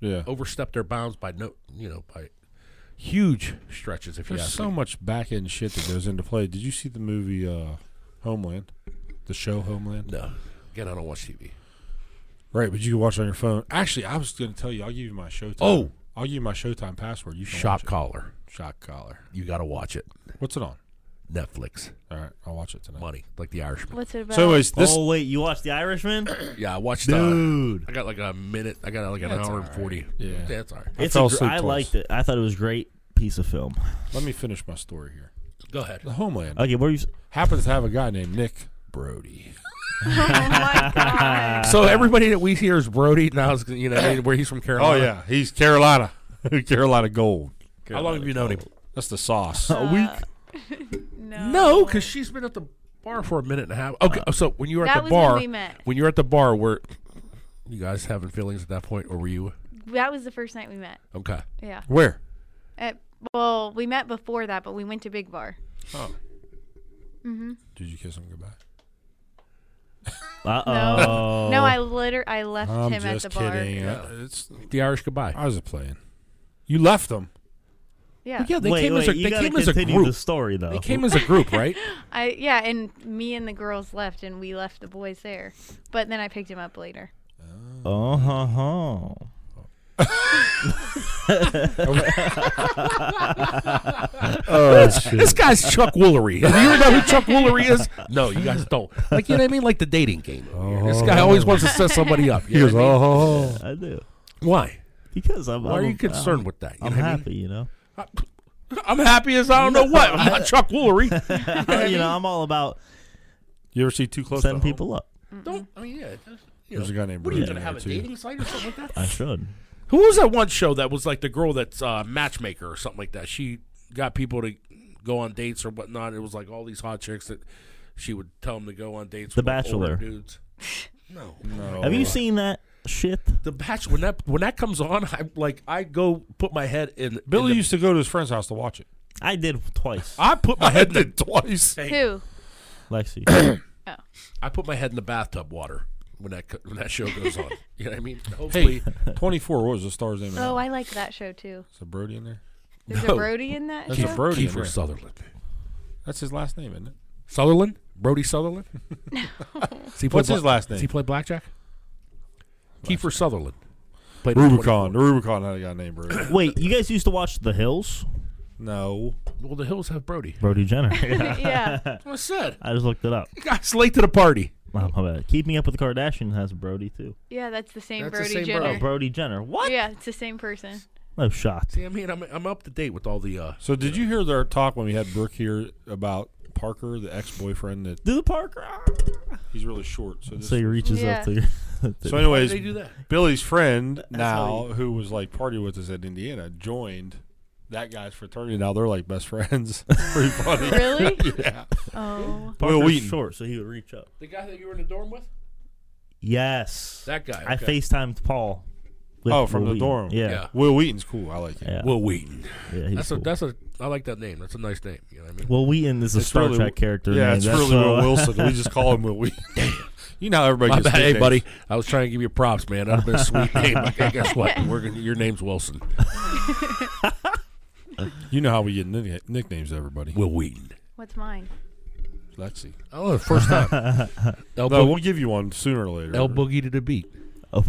Yeah. overstepped their bounds by no, you know, by Huge stretches, if you There's ask so me. much back end shit that goes into play. Did you see the movie uh, Homeland? The show Homeland? No, again, I don't watch TV. Right, but you can watch it on your phone. Actually, I was going to tell you. I'll give you my Showtime. Oh. I'll give you my Showtime password. You can Shop watch it. collar, Shock collar. you got to watch it. What's it on? Netflix, All right, I'll watch it tonight. money, like The Irishman. What's it about? So, anyways, this oh wait, you watched The Irishman? Yeah, I watched. Uh, Dude, I got like a minute. I got like an That's hour all and right. forty. Yeah. that's all right. it's fell a gr- asleep I twice. liked it. I thought it was a great piece of film. let me finish my story here. Go ahead. The Homeland Okay, where you? s- happens to have a guy named Nick Brody. Oh my [laughs] god. So everybody that we hear is Brody now. Is, you [coughs] know where he's from Carolina. Oh, he's Carolina, [laughs] Carolina Gold. How long have you known him? Oh. That's the sauce. A week. [laughs] Uh, no. Uh, No, because she's been at the bar for a minute and a half. Okay, so when you were at the That was when bar, we met. when you were at the bar, were you guys having feelings at that point, or were you That was the first night we met. okay? Yeah. Where? At, well, we met before that, but we went to Big Bar. Did you kiss him goodbye? Uh No. oh. No, I liter I left I'm him just at the bar. kidding. I, it's, The Irish goodbye. I was playing. You left him. Yeah. yeah, they wait, came wait, as a you they gotta came as a continue the group. story though. They came as a [laughs] group, right? I yeah, and me and the girls left and we left the boys there. But then I picked him up later. Uh huh. Oh shit! this guy's [laughs] Chuck Woolery. Do you know who Chuck Woolery is? No, you guys don't. Like you know what I mean? Like the dating game. This guy always wants to set somebody up. Uh-huh. He You goes, know what I mean? oh. I do Why? because I'm. Why are I'm- you concerned with that? You I'm know what I mean? happy, you know. I'm happy as I don't know what. I'm [laughs] not Chuck Woolery. you know, I'm all about You ever see Too Close setting to Home? people up. don't. I mean, yeah. it does- You know, There's a guy named What are Brody you gonna in have a there, too. dating site or something like I that? should. Who was that one show that was like the girl that's uh, matchmaker or something like that? She got people to go on dates or whatnot. It was like all these hot chicks that she would tell them to go on dates. The with like, older Bachelor. [laughs] dudes. No, no. Have you seen that shit? The Bachelor when that when that comes on, I like I go put my head in. in Billy the- used to go to his friend's house to [laughs] watch it. I did twice, [laughs] I put my head in the, twice. Who? Lexi. [coughs] I put my head in the bathtub water when that co- when that show goes [laughs] on. you know what I mean? Hopefully, 24. What was the star's name? Oh, I like that show too. Is there Brody in there? There's No. a Brody in that That's a show. Brody. in Kiefer there. Sutherland. That's his last name, isn't it? Sutherland? Brody [laughs] [laughs] Sutherland? Does he play What's his last Does name? he play blackjack? Kiefer Sutherland. Played Rubicon. The Rubicon had a guy named Brody. Wait, you guys used to watch The Hills? [coughs] no. Well, the Hills have [laughs] Brody. Brody Jenner. Yeah, [laughs] [laughs] yeah. I said. I just looked it up. Guy's late to the party. Wow, my bad. Keeping Up with the Kardashians has Brody too. Yeah, that's the same That's the Brody same Jenner. Brody. Oh, Brody Jenner. What? Yeah, it's the same person. No shocked. See, I mean, I'm, I'm up to date with all the. Uh, So did you hear their talk when we had Brooke here about Parker, the ex-boyfriend that Do the Parker. he's really short. So, this, So he reaches up to. Yeah. Your, [laughs] so why anyways, they do that. Billy's friend how now, who was like party with us at Indiana, joined that guy's fraternity. Now they're like best friends. [laughs] Pretty funny. Really? [laughs] yeah. Oh. Will Parker's Wheaton. short, so he would reach up. The guy that you were in the dorm with? Yes. That guy. I okay. FaceTimed Paul. with Oh, from Will the Wheaton. dorm. Yeah. Will Wheaton's cool. I like him. Yeah. Will Wheaton. yeah he's That's a. cool. That's a. I like that name. That's a nice name. You know what I mean? Will Wheaton is a It's Star really- Trek character. Yeah, name. it's That's really so- Will [laughs] Wilson. We just call him Will Wheaton. you know how everybody My gets bad. Hey, nicknames. buddy. I was trying to give you props, man. That'd have been a [laughs] sweet name. Okay, guess what? We're gonna, your name's Wilson. You know how we get nick- nicknames, everybody. Will Wheaton. What's mine? Lexi. Oh, first [laughs] time. El, No, Boog- we'll give you one sooner or later. El Boogie to the beat. [laughs] Oh,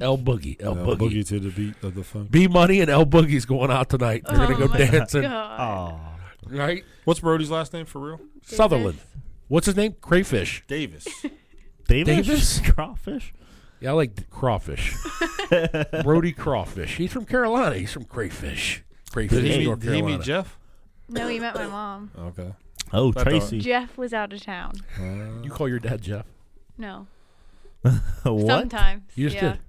El Boogie. El No, Boogie. boogie to the beat of the funk. B Money and El Boogie's going out tonight. They're going to Oh go my dancing. God. Aw. Right? What's Brody's last name for real? Sutherland. What's his name? Crayfish. Davis. Davis? [laughs] Davis? Crawfish? Yeah, I like [laughs] crawfish. Brody Crawfish. He's from Carolina. He's from Crayfish. Crayfish, Did he, meet, North did he Carolina. meet Jeff? No, he met my mom. Okay. Uh, Oh, That's all right. Tracy. Jeff was out of town. You call your dad Jeff. No. [laughs] what? Sometimes. You just yeah. did.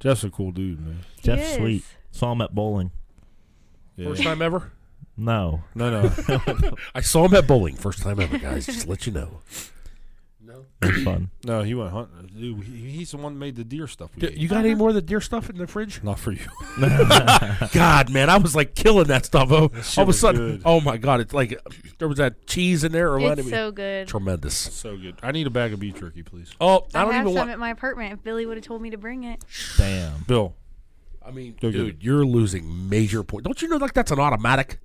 Jeff's a cool dude, man. He Jeff is. Sweet. Saw him at bowling. Yeah. First time ever? No. No, no. [laughs] I saw him at bowling. First time ever, guys. Just to let you know. It [coughs] was fun. no, he went hunting. Dude, he- he's the one that made the deer stuff. We D- ate. you got any more of the deer stuff in the fridge? Not for [laughs] you. [laughs] God, man, I was like killing that stuff. Oh, all of a was sudden, good. oh my God, it's like there was that cheese in there or what? It's so good. tremendous. so good. I need a bag of beef jerky, please. Oh, I, I, don't have even some want. at my apartment. If Billy would have told me to bring it. Damn. Bill, I mean, Go get dude, you're losing major points. Don't you know like that's an automatic?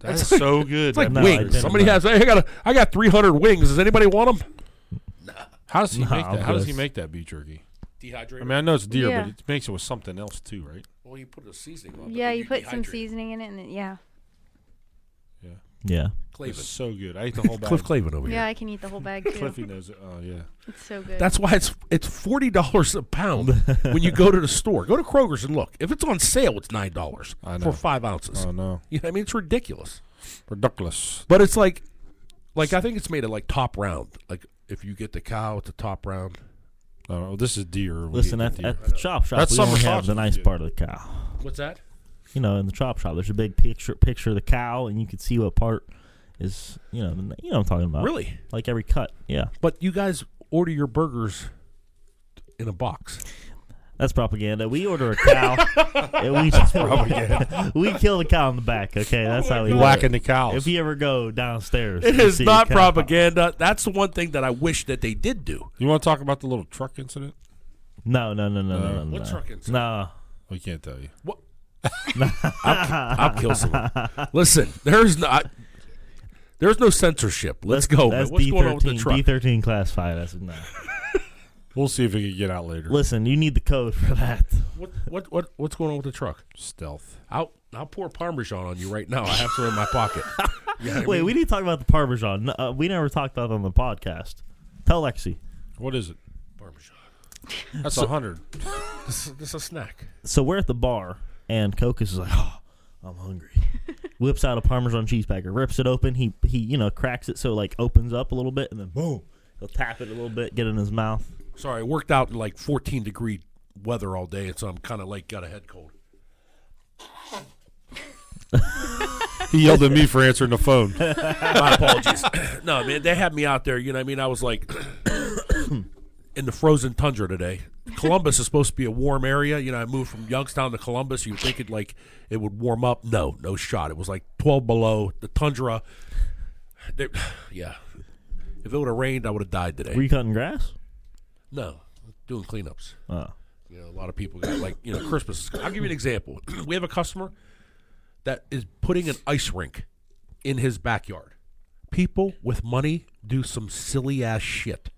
That's like- [laughs] so good. It's like No, I wings. didn't Somebody know. has. Hey, I got a, I got 300 wings. Does anybody want them? How does he Nah, make that? I'm How does good. he make that beef jerky? I Dehydrated. mean, I know it's deer, Yeah. but it makes it with something else too, right? well, you put a seasoning on. Yeah, you put some seasoning in it, and it- yeah, Yeah. It's so good. I [laughs] ate the whole bag. Cliff Clavin over yeah, here. I can eat the [laughs] whole bag too. Cliffy knows it. Oh yeah. It's so good. That's why it's it's forty dollars a pound when you go to the store. Go to Kroger's and look. If it's on sale, it's nine dollars I know. for five ounces. Oh no. you know, what I mean, it's ridiculous. Ridiculous. But it's like, like I think it's made at like top round. Like if you get the cow at the top round, I don't know. Oh, This is deer. We Listen, ate at, the deer. at the chop shop, That's we summer only have sausage the nice we do. part of the cow. what's that? You know, in the chop shop, there's a big picture picture of the cow, and you can see what part is. You know, the, you know what I'm talking about. Really? Like every cut. Yeah. But you guys order your burgers in a box. That's propaganda. We order a cow, [laughs] and we just [laughs] we kill the cow in the back. Okay, that's how we do it. whacking the cows. If you ever go downstairs, Oh It [laughs] you is see a not cow. propaganda. That's the one thing that I wish that they did do. you want to talk about the little truck incident? No, no, no, no, no, no. no. What truck incident? No. We can't tell you. What? I'll, I'll kill someone. Listen, there's not. There's no censorship. Let's go. man. That's What's D13, going on with the truck? D13 classified. That's no. We'll see if we can get out later. Listen, you need the code for that. What, what what what's going on with the truck? Stealth. I'll I'll pour Parmesan on you right now. I have some in my pocket. You know what [laughs] I Wait, mean? we need to talk about the Parmesan. No, Uh, we never talked about it on the podcast. Tell Lexi. [laughs] What is it? Parmesan. That's So- a hundred. This, this is a snack. So we're at the bar, and Cocos is like, oh, I'm [laughs] hungry. Whips out a Parmesan cheese packer, rips it open. He, he, you know, cracks it so it, like opens up a little bit, and then boom, he'll tap it a little bit, get it in his mouth. Sorry, I worked out in like 14 degree weather all day, and so I'm kind of like got a head cold. He yelled at me for answering the [laughs] phone. My apologies. [coughs] no, man, they had me out there. You know what I mean? I was like in the frozen tundra today. Columbus is supposed to be a warm area. You know, I moved from Youngstown to Columbus. You'd think it like it would warm up. No, no shot. It was like 12 below the tundra. They- yeah. If it would have rained, I would have died today. Were you cutting grass? no, doing cleanups. Oh. You know, a lot of people got like you know Christmas. I'll give you an example. we have a customer that is putting an ice rink in his backyard. People with money do some silly ass shit.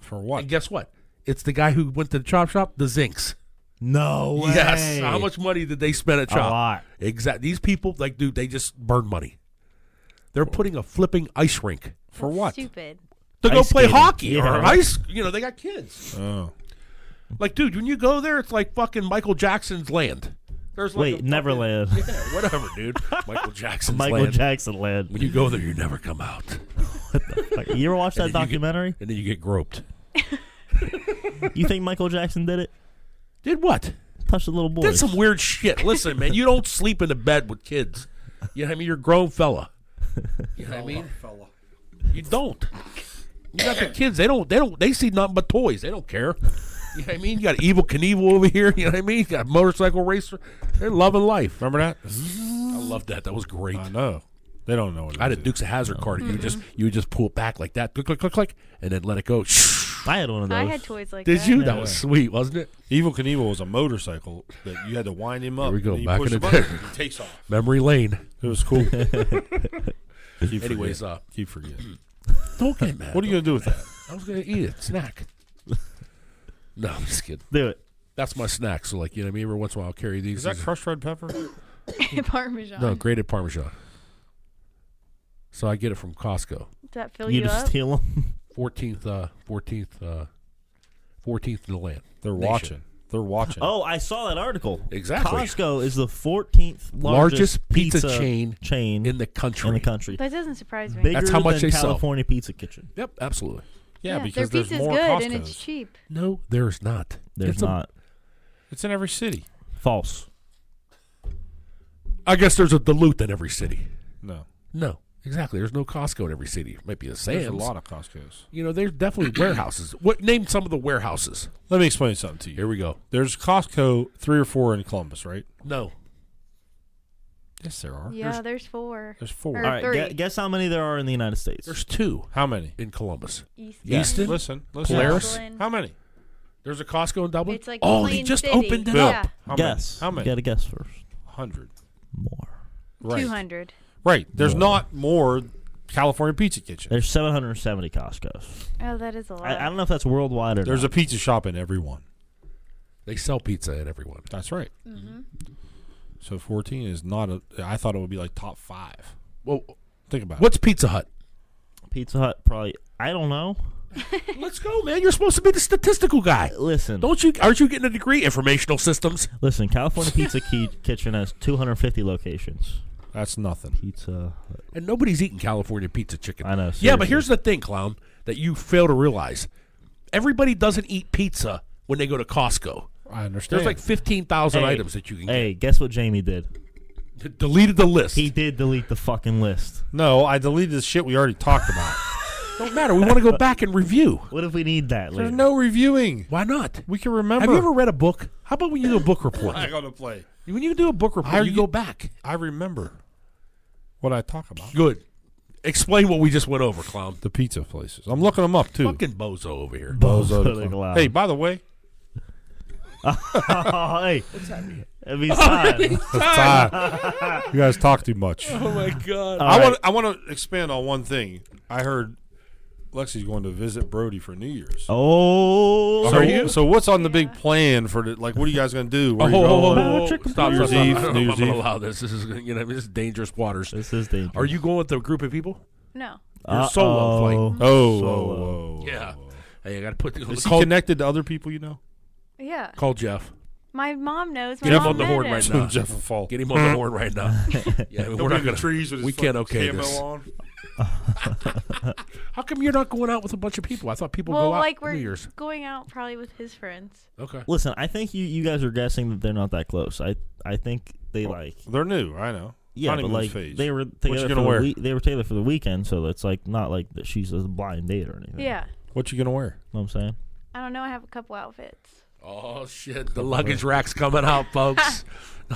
For what? And guess what? It's the guy who went to the chop shop, the Zinks. No way. Yes. How much money did they spend at A chop? lot. Exactly. These people, like, dude, they just burn money. They're putting a flipping ice rink For what? Stupid. to go Ice play skating. hockey or Yeah. ice. You know, they got kids. Oh. Like, dude, when you go there, it's like fucking Michael Jackson's land. There's like Wait, a Neverland. fucking- yeah, whatever, [laughs] dude. Michael Jackson's Michael land. Jackson land. when you go there, you never come out, Like, you ever watch that then you get- documentary? and then you get groped. You think Michael Jackson did it? Did what? Touch the little boy. Did some weird shit. Listen, man, you don't sleep in the bed with kids. You know what I mean? You're a grown fella. You know what I mean? Fella. You don't. You got the kids. They don't. They don't. They see nothing but toys. They don't care. You know what I mean? You got evil Knievel over here. You know what I mean? You got a motorcycle racer. They're loving life. Remember that? I love that. That was great. I know. They don't know what it I had a is. Dukes of Hazard card. You would just you would just pull it back like that, click click click click, and then let it go. I had one of those. I had toys like Did that. [laughs] you? That was sweet, wasn't it? Evil Knievel was a motorcycle that you had to wind him up. Here we go, and you back push in the a button day. and It takes off. Memory lane. It was [laughs] cool. Keep Anyways, forgetting. uh, [clears throat] keep forgetting. Don't get mad. What are you gonna do with that? I was gonna eat it. Snack. no, I'm just kidding. Do it. That's my snack. So like you know, what I mean, every once in a while I'll carry these. Is that These- crushed red pepper? Parmesan. no grated Parmesan. So I get it from Costco. Does that fill You you, just up? steal [laughs] them. Fourteenth, uh fourteenth, uh fourteenth in the land. They're Nation. watching. They're watching. Oh, I saw that article. Exactly. Costco is the 14th largest, Largest pizza chain chain in the country. in the country. That doesn't surprise me. Bigger That's how much than they sell. California Pizza Kitchen. Yep, absolutely. yeah, their because there's pizza's more good Costco's. and it's cheap. No, there's not. There's It's a- not. It's in every city. False. I guess there's a Duluth in every city. No, No, exactly. There's no Costco in every city. might be a Sam's. there's a lot of Costco's. You know, there's definitely warehouses. What name some of the warehouses? Let me explain something to you. Here we go. There's Costco three or four in Columbus, right? No, Yes, there are. Yeah, There's, there's four. there's four. Or All right, three. gue- guess how many there are in the United States? there's two How many? in Columbus. East Easton? Listen, listen. Polaris? How many? There's a Costco in Dublin. It's like oh, they Plain just City. opened it Bill. up. Yeah. How guess. Many? How many? You got to guess first. Hundred. More. Right. 200. Right. There's not more California Pizza Kitchen. There's 770 Costco's. Oh, that is a lot. I, I don't know if that's worldwide or There's a not. pizza shop in every one. They sell pizza at everyone. That's right. Mm-hmm. So 14 is not a. I thought it would be like top five. Well, Think about what's Pizza Hut? Pizza Hut probably. I don't know. Let's go, man. You're supposed to be the statistical guy. Listen, Don't you? Aren't you getting a degree? Informational systems. listen. California Pizza Key Kitchen has 250 locations. it. That's nothing. Pizza. Hut. And nobody's eating California pizza chicken. I know, Yeah, seriously. but here's the thing, clown, that you fail to realize: everybody doesn't eat pizza when they go to Costco. I understand. There's like fifteen thousand Hey. items that you can Hey, guess what Jamie did? get. Deleted the list. He did delete the fucking list. no, I deleted the shit we already talked about. Don't matter. We want to go back and review. What if we need that There's later? no reviewing. Why not? We can remember. Have you ever read a book? How about when you do a book report? [laughs] I gotta play. when you do a book report, How you you- go back. I remember what I talk about. Good. Explain what we just went over, clown. The pizza places. I'm looking them up too. Fucking bozo over here. Bozo Bozo the Clown. Clown. Hey, by the [laughs] way, Oh, [laughs] hey. It'd [laughs] Oh, be fine. Ty, you guys talk too much. Oh my god. All I right. want. I want to expand on one thing. I heard Lexi's going to visit Brody for New Year's. Oh, So, so what's on the big plan for the like? What are you guys gonna do? Oh, Where are you whoa, whoa, whoa, going? whoa, whoa. Patrick Stop, New stop, Year's stop. I Eve, don't know New if Year's I'm gonna Eve. allow this. This is you know this is dangerous waters. this is dangerous. Are you going with a group of people? No. Your solo flight. Oh, Solo. whoa, whoa, whoa. uh, Yeah. Hey, I got to put Is he call, connected to other people you know? Yeah. call Jeff. My mom knows. My Get him mom on the met horn him. right now. [laughs] Jeff will fall. Get him on the horn right [laughs] now. Yeah, I mean, we're not gonna. trees with we can't okay this. on. How come you're not going out with a bunch of people? I thought people Well, go out like New we're Year's. going out probably with his friends. Okay. Listen, I think you, you guys are guessing that they're not that close. I I think they like They're new. I know. yeah, Honeymoon but like Oh, phase. they were you together gonna for wear? the week, they were together for the weekend, so it's like not like that she's a blind date or anything. Yeah. What you gonna wear? know what I'm saying. I don't know. I have a couple outfits. Oh shit! The luggage rack's coming out, [laughs] folks. [laughs]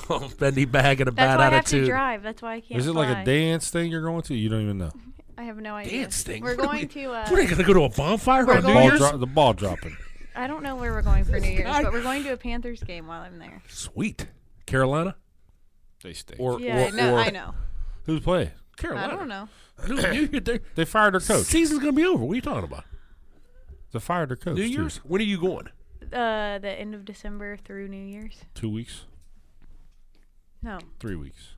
Oh, bendy bag and a That's bad why I have to attitude. drive. That's why I can't. Is it like fly. a dance thing you're going to? You don't even know. I have no idea. Dance thing. We're What are going we- to. Uh, What are you gonna go to a bonfire on We're New going- Ball Year's? dro- the ball dropping. I don't know where we're going for New Year's, guy- but we're going to a Panthers game while I'm there. Sweet, Carolina They stay. or Yeah, or, no, or I know. Who's playing? I Carolina. don't know. New, New [coughs] Year, their They fired their coach. season's gonna be over. What are you talking about? They fired their coach. New too. Year's? When are you going? Uh, the end of December through New Year's. Two weeks. No. Three weeks.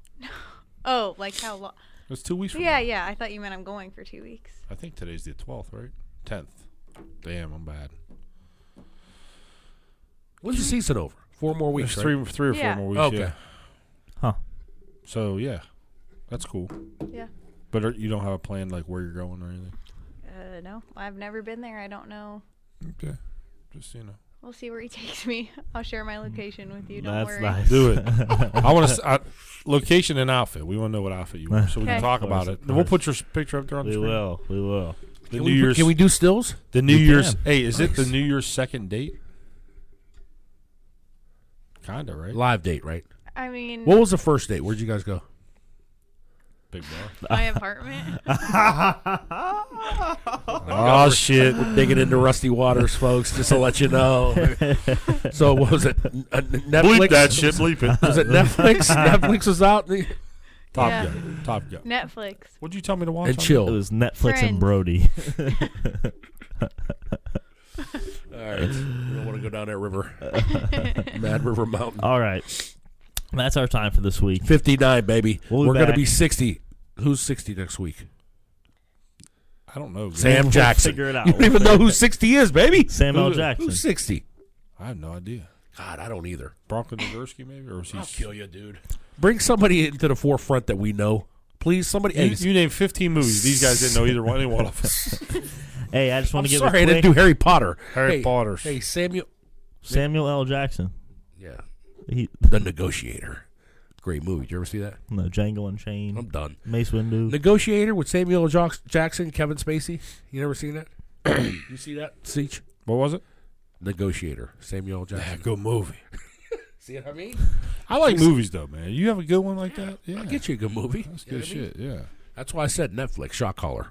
Oh, like how long? It's two weeks. From Yeah, now. yeah. I thought you meant I'm going for two weeks. I think today's the twelfth, right? Tenth. Damn, I'm bad. When's Mm-hmm. the season over? Four more There's weeks. right? three, three or Yeah. four more weeks. Okay. yeah. Huh. So yeah, that's cool. Yeah. But are, you don't have a plan like where you're going or anything. Uh, no, I've never been there. I don't know. Okay. Just you know. We'll see where he [laughs] takes me. I'll share my location with you. Don't That's worry. nice. [laughs] Do [laughs] it. I want to location and outfit. We want to know what outfit you wear, so we can Okay. talk about it. We'll put your s- picture up there on the We screen. will. We will. The Can New we, Year's. can we do stills? the New We Year's. can. Hey, is it the Nice. New Year's second date? Kinda right. Live date, right? I mean, What was the first date? Where'd you guys [sighs] go? Big bar. [laughs] my apartment. Oh shit. We're digging into rusty waters, folks. Just to let you [laughs] know. so what was it? N- uh, Netflix. Bleep that shit. Bleep [laughs] it. [laughs] Was it Netflix? Netflix was out and- Top Yeah. Gun. Top Gun. Netflix. What'd you tell me to watch? and on It chill. was Netflix Friends. and Brody. [laughs] All right, we don't want to go down that river, [laughs] Mad River Mountain. All right, that's our time for this week. Fifty nine, baby. We'll be We're gonna back. be sixty. Who's sixty next week? that? I don't know. Sam We'll Jackson. figure it out. You don't even know who sixty is, baby. Sam L. Who- Jackson. Who's sixty? I have no idea. God, I don't either. Bronco Nagurski maybe, or is he? you, dude. Bring somebody into the forefront that we know, please. Somebody. You, Hey, you named 15 movies. These guys didn't know either one. Any one of us. [laughs] Hey, I just I'm want to give sorry, I a quick didn't do Harry Potter. Harry hey, Potter. Hey, Samuel. Samuel L. Jackson. Yeah, He, [laughs] The Negotiator. Great movie. Did you ever see that? no, Django Unchained. I'm done. Mace Windu. Negotiator with Samuel L. Jack- Jackson, Kevin Spacey. You never seen [clears throat] that? you see that? Seach? What was it? Negotiator, Samuel L. Jackson. good movie. [laughs] See what I mean? I like movies though, man. You have a good one like that? Yeah, I'll get you a good movie. that's You know good what I mean? shit. Yeah. That's why I said Netflix, Shot Caller.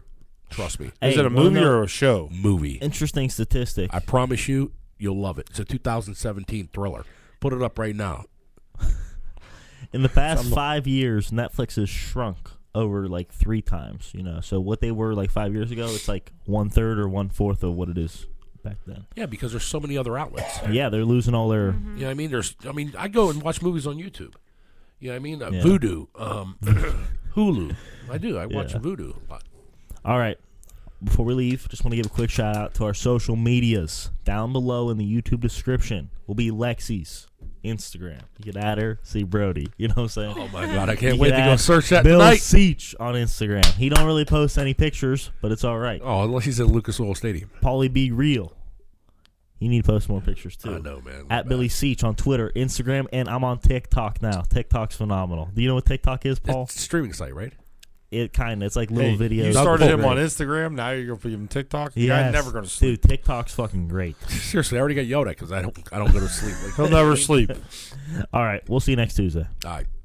Trust me. Hey, Is it a wanna movie know- or a show? Movie. interesting statistic? I promise you, You'll love it. It's a 2017 thriller. Put it up right now. In the [laughs] past five years, Netflix has shrunk over like three times. You know, so what they were like five years ago, it's like one third or one fourth of what it is back then. Yeah, because there's so many other outlets. Yeah, they're losing all their You know what I mean? There's I mean, I go and watch movies on YouTube. You know what I mean? Uh, Yeah. Voodoo, [clears throat] um, Hulu. I do. I watch Yeah. Voodoo a lot. All right. Before we leave, just want to give a quick shout out to our social medias. Down below in the YouTube description will be Lexi's Instagram. You can add her, see Brody. [laughs] You know what I'm saying? Oh my god, I can't You wait to can go add search that Bill tonight. Seach on Instagram. He don't really post any pictures, but it's all right. Oh, unless he's at Lucas Oil Stadium. Paulie be real. You need to post more pictures too. I know, man. At Billy Seach on Twitter, Instagram, and I'm on TikTok now. TikTok's phenomenal. Do you know what TikTok is, Paul? It's a streaming site, right? [laughs] it kind of. It's like little Hey, videos. You started It's him on great. Instagram. Now you're gonna put him on TikTok. Yeah, Yes. never gonna sleep. Dude, TikTok's fucking great. Seriously, I already got yelled at because I don't I don't go to sleep. Like, He'll never sleep. All right, we'll see you next Tuesday. all right.